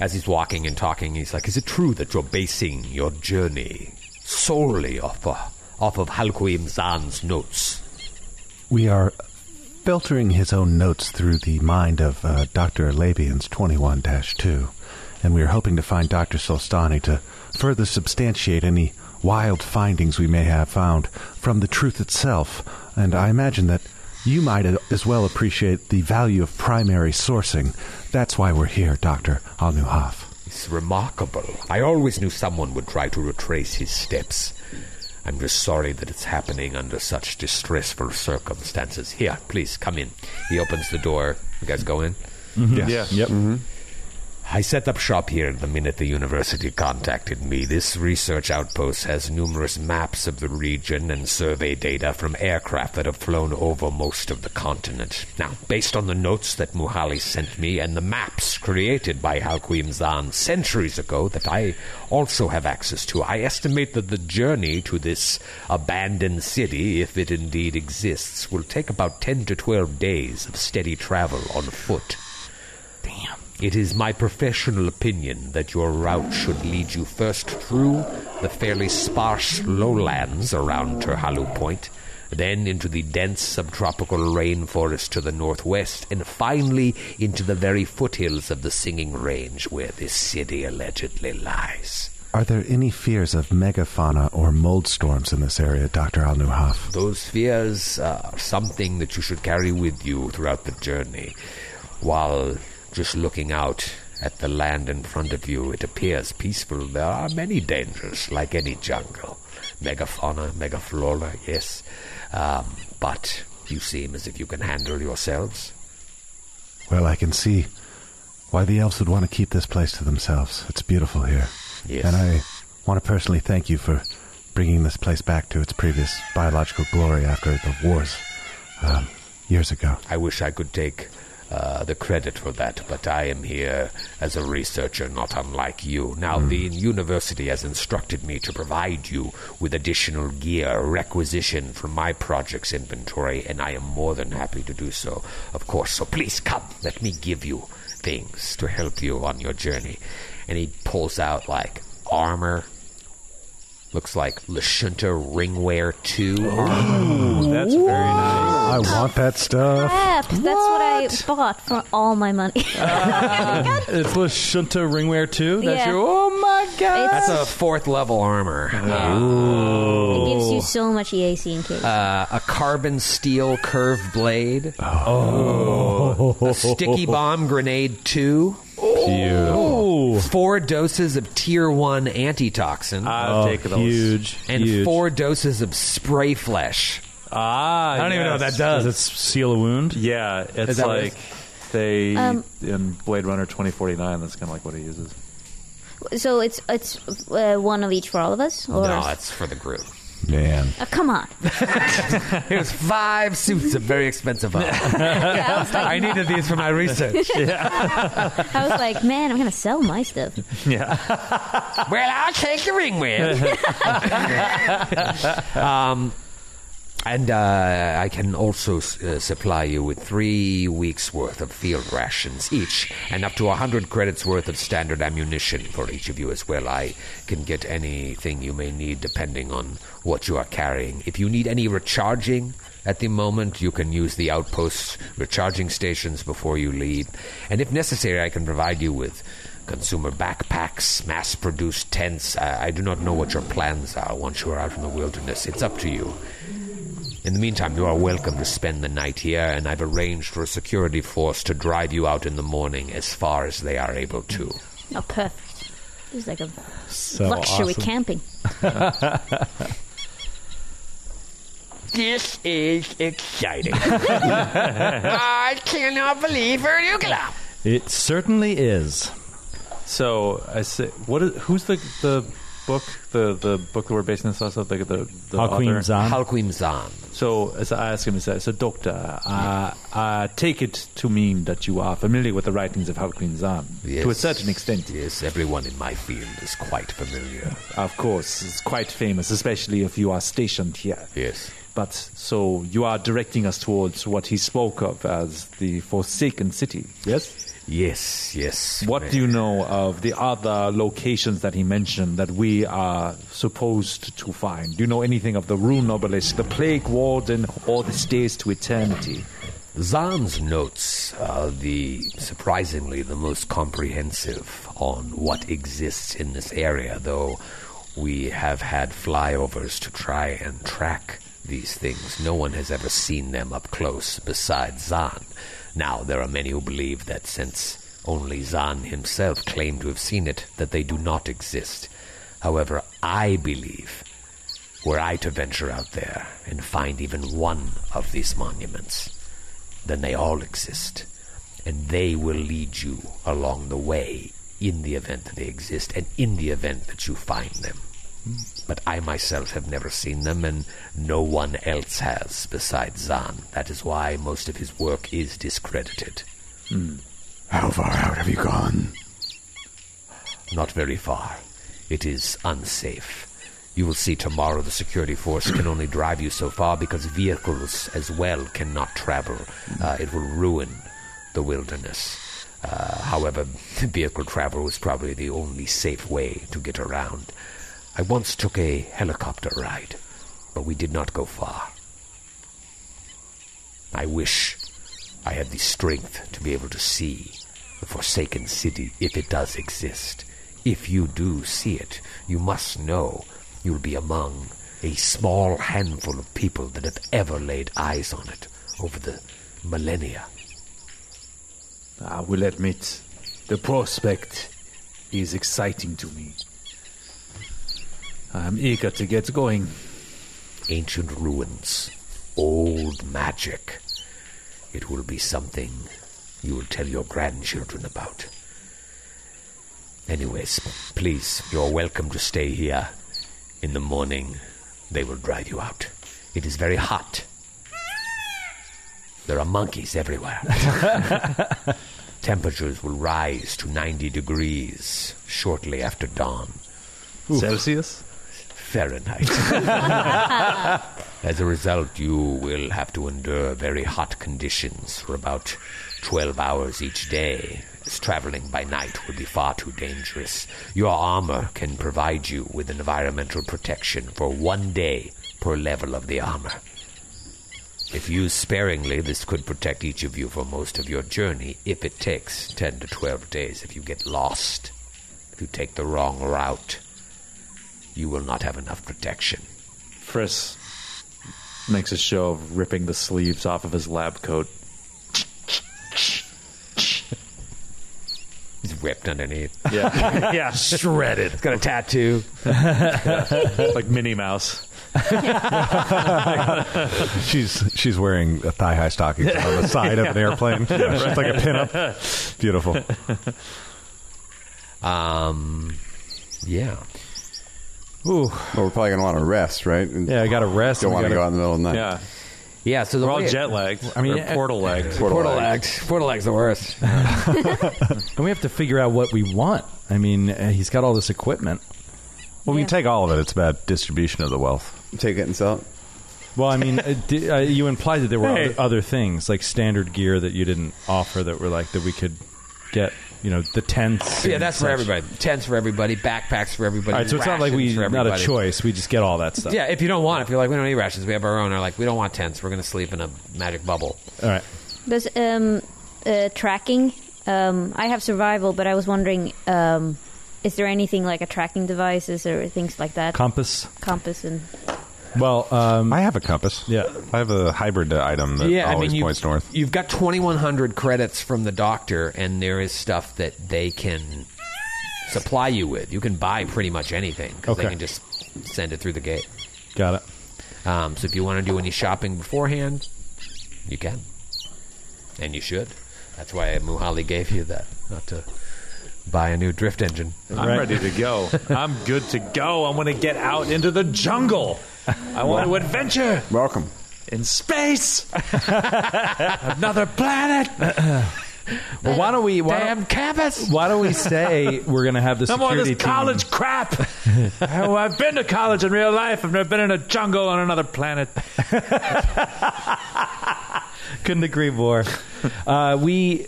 S1: As he's walking and talking, he's like, Is it true that you're basing your journey solely off, uh, off of Halkuim Zan's notes?
S13: We are filtering his own notes through the mind of uh, Dr. Labian's 21 2, and we are hoping to find Dr. Solstani to further substantiate any wild findings we may have found from the truth itself. And I imagine that you might as well appreciate the value of primary sourcing. That's why we're here, Dr. Al Nuhaf.
S1: It's remarkable. I always knew someone would try to retrace his steps. I'm just sorry that it's happening under such distressful circumstances. Here, please come in. He opens the door. You guys go in?
S2: Mhm. Yes. Yeah. Yep.
S1: Mm-hmm. I set up shop here the minute the university contacted me. This research outpost has numerous maps of the region and survey data from aircraft that have flown over most of the continent. Now, based on the notes that Muhali sent me and the maps created by Halquim Zan centuries ago that I also have access to, I estimate that the journey to this abandoned city, if it indeed exists, will take about 10 to 12 days of steady travel on foot. It is my professional opinion that your route should lead you first through the fairly sparse lowlands around Terhalu Point, then into the dense subtropical rainforest to the northwest, and finally into the very foothills of the Singing Range where this city allegedly lies.
S13: Are there any fears of megafauna or mold storms in this area, Dr. Al Nuhaf?
S1: Those fears are something that you should carry with you throughout the journey. While just looking out at the land in front of you, it appears peaceful. There are many dangers, like any jungle. Megafauna, megaflora, yes. Um, but you seem as if you can handle yourselves.
S13: Well, I can see why the elves would want to keep this place to themselves. It's beautiful here.
S1: Yes.
S13: And I want to personally thank you for bringing this place back to its previous biological glory after the wars um, years ago.
S1: I wish I could take uh, the credit for that, but I am here as a researcher, not unlike you. Now, the university has instructed me to provide you with additional gear requisition from my project's inventory, and I am more than happy to do so, of course. So please come, let me give you things to help you on your journey. and he pulls out like armor. Looks like Lashunta Ringwear 2.
S13: Ooh, that's very nice. I want that stuff.
S5: Crap, that's what? I bought for all my money.
S3: it's Lashunta Ringwear too. Oh, That's
S5: Yeah.
S3: your. Oh my god!
S1: That's a fourth level armor.
S5: It
S1: Ooh.
S3: Oh.
S5: gives you so much E EAC in case.
S1: uh, a carbon steel curved blade. Oh. A sticky bomb grenade 2. Four doses of tier 1 antitoxin.
S2: I'll Oh, take those. huge,
S1: And
S2: huge.
S1: four doses of spray flesh.
S2: Ah,
S1: I don't even know what that does.
S2: Does
S3: it seal a wound?
S2: Yeah,
S1: Is
S2: it's
S1: that what it
S2: like they
S5: Um,
S2: in Blade Runner twenty forty nine. That's kind of like what he uses.
S5: So it's it's uh, one of each for all of
S3: Oh,
S5: us, or
S1: No, it's for the group.
S13: Man.
S5: Oh, come on.
S1: Here's five suits of very expensive armor.
S5: I was like-
S1: I needed these for my research.
S5: I was like, man, I'm gonna sell my stuff.
S2: Yeah.
S1: well, I'll take the ring with. um, and uh, I can also s- uh, supply you with three weeks' worth of field rations each, and up to 100 credits worth of standard ammunition for each of you as well. I can get anything you may need depending on what you are carrying. If you need any recharging at the moment, you can use the outposts recharging stations before you leave. And if necessary, I can provide you with consumer backpacks, mass produced tents. I, I do not know what your plans are once you are out in the wilderness. It's up to you. In the meantime, you are welcome to spend the night here, and I've arranged for a security force to drive you out in the morning as far as they are able to.
S5: Oh, perfect. It's like a
S1: So
S5: luxury
S1: awesome.
S5: camping.
S9: This is exciting. I cannot believe her nuclear.
S3: It certainly is.
S2: So I say, what is who's the the book the the book that we're basing this off of? The, the, the
S3: Halquim
S2: author?
S3: Zahn.
S1: Halquim Zahn.
S2: So as I ask him, is that so, Doctor? Uh, uh, take it to mean that you are familiar with the writings of Halquim Zahn to a
S1: Yes.
S2: certain extent.
S1: Yes, everyone in my field is quite familiar.
S2: Of course, it's quite famous, especially if you are stationed here.
S1: Yes.
S2: But so you are directing us towards what he spoke of as the Forsaken City, yes?
S1: Yes, yes.
S2: What do you know of the other locations that he mentioned that we are supposed to find? Do you know anything of the Rune Obelisk, the Plague Warden, or the Stairs to Eternity?
S1: Zahn's notes are the surprisingly the most comprehensive on what exists in this area, though we have had flyovers to try and track these things. No one has ever seen them up close besides Zahn. Now there are many who believe that since only Zahn himself claimed to have seen it, that they do not exist. However, I believe were I to venture out there and find even one of these monuments, then they all exist, and they will lead you along the way in the event that they exist and in the event that you find them. But I myself have never seen them, and no one else has besides Zahn. That is why most of his work is discredited.
S18: Hmm. How far out have you gone?
S1: Not very far. It is unsafe. You will see tomorrow the security force can only drive you so far because vehicles as well cannot travel. Uh, it will ruin the wilderness. Uh, however, vehicle travel was probably the only safe way to get around. I once took a helicopter ride, but we did not go far. I wish I had the strength to be able to see the forsaken city if it does exist. If you do see it, you must know you'll be among a small handful of people that have ever laid eyes on it over the millennia.
S2: I will admit, the prospect is exciting to me. I'm eager to get going.
S1: Ancient ruins, old magic. It will be something you will tell your grandchildren about. Anyways, please, you're welcome to stay here. In the morning, they will drive you out. It is very hot. There are monkeys everywhere. Temperatures will rise to 90 degrees shortly after dawn.
S2: Celsius?
S1: Fahrenheit. As a result, you will have to endure very hot conditions for about 12 hours each day Traveling by night would be far too dangerous. Your armor can provide you with environmental protection for one day per level of the armor. If used sparingly, this could protect each of you for most of your journey if it takes 10 to 12 days. If you get lost, if you take the wrong route, you will not have enough protection.
S2: Friss makes a show of ripping the sleeves off of his lab coat.
S1: He's ripped underneath.
S2: Yeah. yeah.
S1: Shredded. It's got a tattoo.
S2: Like Minnie Mouse.
S8: she's she's wearing a thigh high stockings on the side of an airplane.
S1: Yeah,
S8: Yeah, She's like a
S1: right.
S8: pinup. Beautiful.
S1: Um, yeah.
S6: Ooh. Well, we're probably gonna want to rest, right?
S8: Yeah, I got to rest.
S6: Don't
S1: and we
S6: want
S1: gotta-
S6: to go out in the middle of the night.
S2: Yeah.
S1: Yeah, so the
S6: We're all
S1: way-
S6: jet lagged, I
S3: eh,
S6: mean, or portal lagged.
S1: Portal,
S6: Portal
S1: lagged. Portal lagged's the worst.
S7: and we have to figure out what we want. I mean, uh, he's got all this equipment.
S8: Well, we can take all of it. It's about distribution of the wealth.
S6: Take it and sell it.
S7: Well, I mean, uh, di- uh, you implied that there were
S6: Hey.
S7: other, other things like standard gear that you didn't offer that were like that we could get. You know, the tents.
S3: Yeah,
S7: and
S3: that's for
S7: such.
S3: everybody.
S1: Tents for everybody. Backpacks for everybody.
S7: All right, so it's not like we
S3: rations for
S7: not a
S3: everybody.
S7: choice. We just get all that stuff.
S3: Yeah, if you don't want, if you're like, we don't need rations, we have our own, or like, we don't want tents, we're going to sleep in a magic bubble.
S7: All right.
S5: Does um, uh, tracking? Um, I have survival, but I was wondering, um, is there anything like a tracking devices or things like that?
S7: Compass.
S5: Compass and
S7: Well, um,
S8: I have a compass.
S7: Yeah,
S8: I have a hybrid item that
S3: yeah, I
S8: always
S3: mean, you,
S8: points north.
S3: you've got 2,100 credits from the doctor, and there is stuff that they can supply you with. You can buy pretty much anything because they
S7: Okay.
S3: can just send it through the gate.
S7: Got it.
S3: Um, so if you want to do any shopping beforehand, you can, and you should. That's why Muhali gave you that, not to buy a new drift engine.
S2: I'm ready to go. I'm good to go. I want to get out into the jungle. I want to adventure.
S6: Welcome.
S2: In space. Another planet.
S7: Well, why don't we? Why
S2: Damn
S7: don't,
S3: campus!
S7: Why don't we say we're going to have the
S2: Some of
S7: security
S2: this
S7: team-
S2: college crap. oh, I've been to college in real life. I've never been in a jungle on another planet.
S7: Couldn't agree more. Uh, we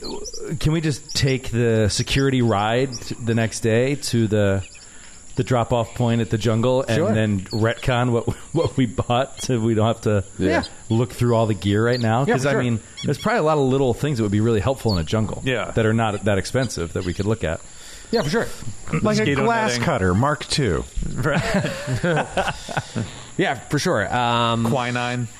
S7: can we just take the security ride the next day to the the drop off point at the jungle and
S3: Sure.
S7: then retcon what what we bought so we don't have to
S3: Yeah.
S7: look through all the gear right now
S3: Yeah,
S7: because
S3: for sure.
S7: I mean there's probably a lot of little things that would be really helpful in a jungle yeah that are not that expensive that we could look at
S3: Yeah, for sure.
S8: Like a glass cutter, Mark II.
S3: yeah, for sure. Um,
S2: Quinine.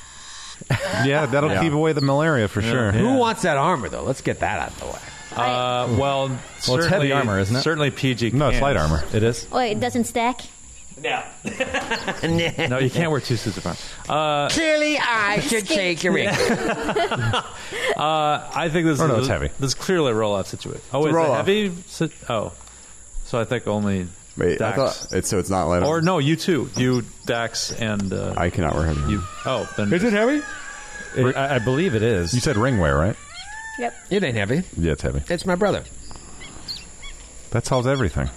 S8: Yeah, that'll
S3: Yeah.
S8: keep away the malaria for sure.
S3: Who wants that armor though? Let's get that out of the way.
S2: Uh, well, well,
S8: it's heavy armor, isn't it?
S2: Certainly, PG.
S8: No, it's
S2: can.
S8: light armor.
S7: It is.
S5: oh, it doesn't stack.
S2: No. no, you can't wear two suits of armor. Uh,
S9: Clearly, I should shake your ring.
S2: Uh, I think this
S8: Oh,
S2: is
S8: no, it's heavy.
S2: This is clearly a roll off situation. Oh,
S6: It's a
S2: is it
S6: roll-off.
S2: heavy? Si- Oh, so I think only
S6: Wait, I
S2: Dax.
S6: thought it's so it's not light.
S2: or no, you too. You Dax and uh,
S6: I cannot wear heavy.
S2: You. Oh, then
S6: Is it heavy?
S7: I, I believe it is.
S8: You said ringwear, right?
S5: Yep.
S3: It ain't heavy.
S8: Yeah, it's heavy.
S3: It's my brother.
S8: That solves everything.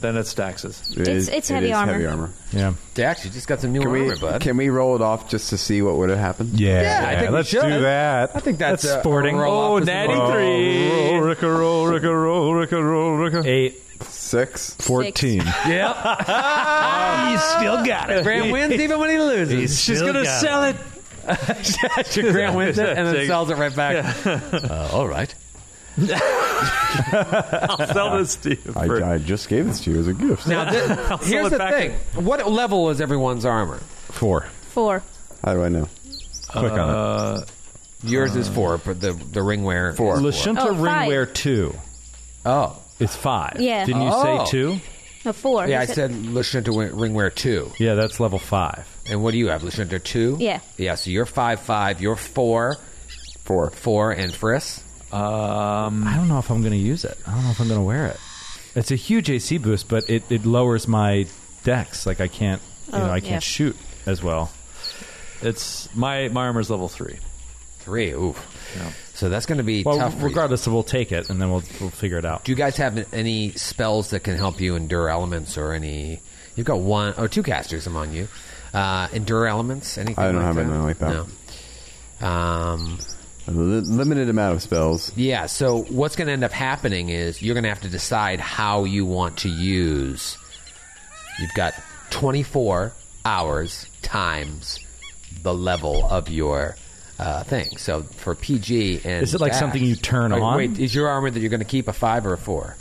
S2: Then it's Dax's.
S6: It It's- is- it's it heavy is armor. heavy armor.
S7: Yeah.
S3: Dax, you just got some new
S6: Can
S3: armor,
S6: we,
S3: bud.
S6: can we roll it off just to see what would have happened?
S8: Yeah,
S3: I think we
S8: let's
S3: should.
S8: do that.
S3: I think that's,
S8: That's
S3: uh,
S8: sporting.
S3: a roll-off
S8: Oh,
S3: is-
S8: natty Oh, three. roll, Ricka, roll, Ricka, roll, Ricka, roll, Ricka.
S7: Eight.
S6: Six.
S8: Fourteen.
S3: Yeah.
S7: He's still got it.
S3: Um, Grant wins even when he loses.
S7: He's
S3: She's
S7: still
S3: gonna
S7: got
S3: sell
S2: it.
S3: Grant wins it and then
S2: Take-
S3: sells it right back.
S1: Uh, all right.
S2: I'll sell this to you.
S6: I, I just gave this to you as a gift.
S3: Now, thi-
S2: I'll sell
S3: here's
S2: it
S3: the
S2: back.
S3: thing: what level is everyone's armor?
S8: Four.
S5: Four.
S6: How do I know?
S8: Click
S3: on it. Uh, Yours is four, but the the ringwear
S6: Four.
S7: Lashunta
S5: Oh, five.
S7: ringwear two.
S3: Oh,
S7: it's five.
S5: Yeah.
S7: Didn't you
S3: Oh.
S7: say two?
S5: No, four. You
S3: Yeah, I said Lashunta wi- ringwear two.
S7: Yeah, that's level five.
S3: And what do you have, Lashunta two?
S5: Yeah.
S3: Yeah. So you're five five. You're four.
S6: Four.
S3: Four and Friss.
S2: Um,
S7: I don't know if I'm going to use it. I don't know if I'm going to wear it. It's a huge AC boost, but it, it lowers my dex. Like I can't, you
S2: Oh,
S7: know, I
S2: yeah.
S7: can't shoot as well.
S2: It's my my armor's level three.
S3: Three. Ooh. So that's going to be
S7: Well,
S3: tough. for you.
S7: regardless, we'll take it and then we'll we'll figure it out.
S3: Do you guys have any spells that can help you endure elements or any? You've got one or two casters among you. Uh, endure elements? Anything?
S6: I don't
S3: like
S6: have
S3: that?
S6: anything like that.
S3: No. Um,
S6: A li- limited amount of spells.
S3: Yeah, so what's going to end up happening is you're going to have to decide how you want to use. You've got 24 hours times the level of your uh, thing. So for PG and.
S7: Is it like
S3: Dax-
S7: something you turn
S3: Wait,
S7: on?
S3: Wait, is your armor that you're going to keep a 5 or a 4?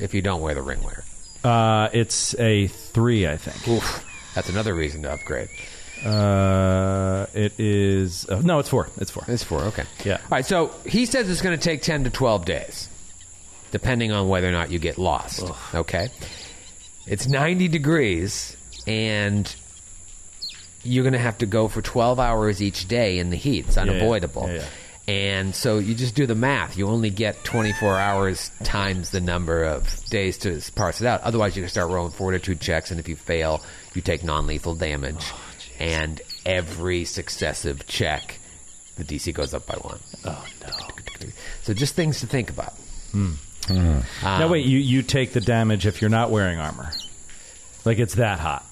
S3: If you don't wear the ring wear.
S7: Uh, it's a three, I think.
S3: That's another reason to upgrade.
S7: Uh, it is uh, no, it's four. It's four.
S3: It's four. Okay.
S7: Yeah.
S3: All right, so he says it's going to take 10 to 12 days, depending on whether or not you get lost. Okay? It's 90 degrees, and you're going to have to go for 12 hours each day in the heat. It's
S1: yeah.
S3: unavoidable.
S1: Yeah, yeah.
S3: And so you just do the math. You only get 24 hours times the number of days to parse it out. Otherwise, you can start rolling fortitude checks, and if you fail, you take non lethal damage.
S1: Oh,
S3: and every successive check, the DC goes up by one. Oh, no. So just things to think about.
S7: Hmm.
S3: Hmm. Um,
S7: now wait, you you take the damage if you're not wearing armor. Like it's that hot.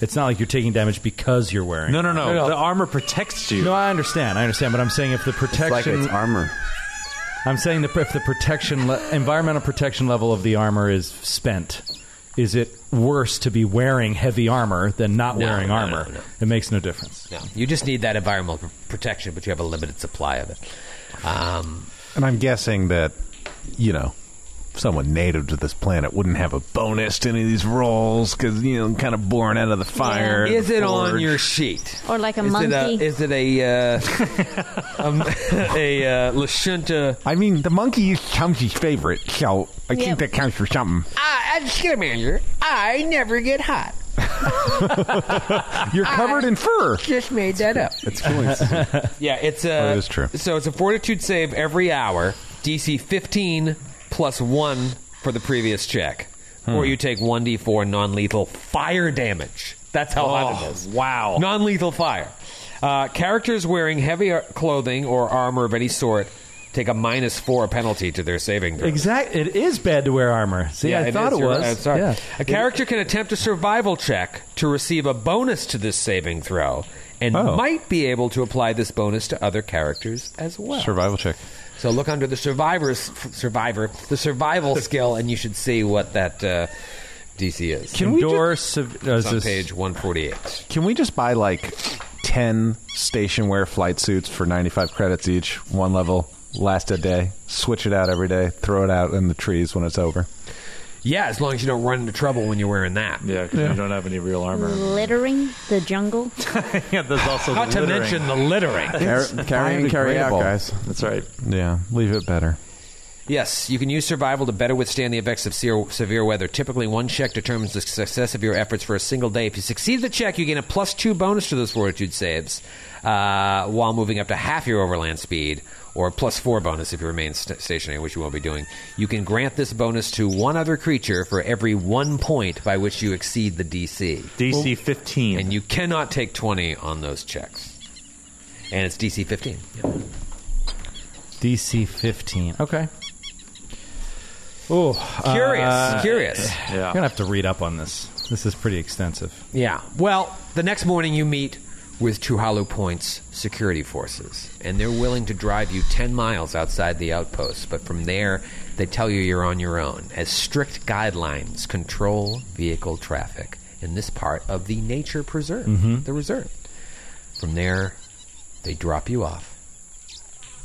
S7: It's not like you're taking damage because you're wearing.
S2: No, no, no. The
S7: armor protects you. No, I understand. I understand, but I'm saying if the protection
S2: like it's
S7: armor. I'm saying that if the protection le- environmental protection level of the armor is spent, is it worse to be wearing heavy armor than not
S3: No,
S7: wearing
S3: no, no,
S7: armor? It makes no difference.
S3: No, you just need that environmental pr- protection, but you have a limited supply of it. Um,
S13: And I'm guessing that, you know, someone native to this planet wouldn't have a bonus to any of these rolls because, you know, kind of born out of the fire.
S3: Is
S13: the
S3: it on
S13: forge.
S3: your sheet?
S5: Or like a
S3: is
S5: monkey.
S3: It a, is it a uh, um, a uh, Lashunta?
S13: I mean, the monkey is Chumsy's favorite, so I
S9: Yep.
S13: think that counts for something.
S9: I, as a skinamander, I never get hot.
S13: You're covered in fur.
S9: Just made that up.
S13: It's
S3: yeah, it's a.
S13: Oh, it is true.
S3: So it's a fortitude save every hour, DC 15 plus one for the previous check,
S1: Hmm.
S3: or you take 1d4 non-lethal fire damage. That's how hot
S1: Oh,
S3: it is. Wow, non-lethal fire. Uh, characters wearing heavy ar- clothing or armor of any sort take a minus four penalty to their saving throw.
S7: Exact. It is bad to wear armor. See, I thought
S3: is.
S7: it
S3: You're
S7: was.
S3: right. I'm sorry.
S7: Yeah.
S3: A character can attempt a survival check to receive a bonus to this saving throw and
S8: Oh.
S3: might be able to apply this bonus to other characters as well.
S8: Survival check.
S3: So look under the survivor's f- survivor, the survival skill, and you should see what that uh, DC is.
S13: Can we ju-
S2: uh,
S3: it's on page one forty eight?
S13: Can we just buy like 10 station wear flight suits for 95 credits each, one level, last a day, switch it out every day, throw it out in the trees when it's over?
S3: Yeah, as long as you don't run into trouble when you're wearing that.
S2: Yeah,
S13: 'cause you Yeah.
S2: don't have any real
S5: Littering the jungle.
S2: yeah, there's also
S3: Not to
S2: the littering.
S3: mention the littering.
S2: It's
S3: Car- carry in, carry out,
S2: biodegradable.
S3: guys.
S2: That's right.
S13: Yeah, leave it better.
S3: Yes, you can use survival to better withstand the effects of severe, severe weather. Typically, one check determines the success of your efforts for a single day. If you succeed the check, you gain a plus two bonus to those fortitude saves uh, while moving up to half your overland speed, or a plus four bonus if you remain st- stationary, which you won't be doing. You can grant this bonus to one other creature for every one point by which you exceed the DC.
S2: DC 15.
S3: And you cannot take 20 on those checks. And it's DC 15.
S7: DC 15. Okay. Oh,
S2: uh,
S3: Curious, curious.
S7: I'm
S3: Yeah.
S7: going to have to read up on this. This is pretty extensive.
S3: Yeah. Well, the next morning you meet with Chuhalu Point's security forces, and they're willing to drive you 10 miles outside the outpost, but from there they tell you you're on your own, as strict guidelines control vehicle traffic in this part of the nature preserve,
S1: Mhm.
S3: the reserve. From there, they drop you off.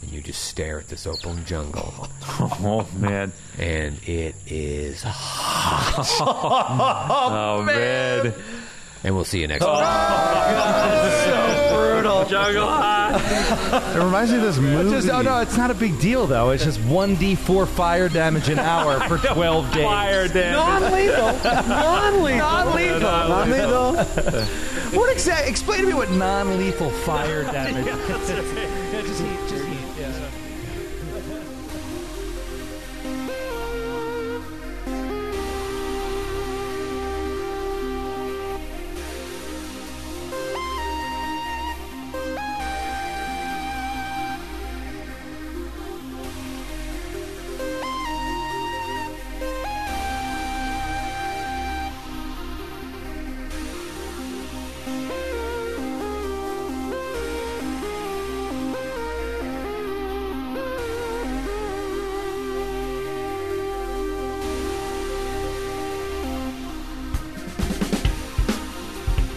S3: And you just stare at this open jungle.
S2: Oh man!
S3: And it is
S2: oh, man. Oh.
S3: And we'll see you next.
S2: brutal. Jungle
S7: It reminds me of this movie.
S2: Just- oh, no,
S7: no, it's not a big deal though. It's just one d4 fire damage an hour for twelve days.
S2: Fire damage.
S7: Non-lethal.
S13: Non-lethal.
S7: Non-lethal.
S13: what exactly? Explain to me what non-lethal fire damage.
S7: just heat, just heat. Yeah.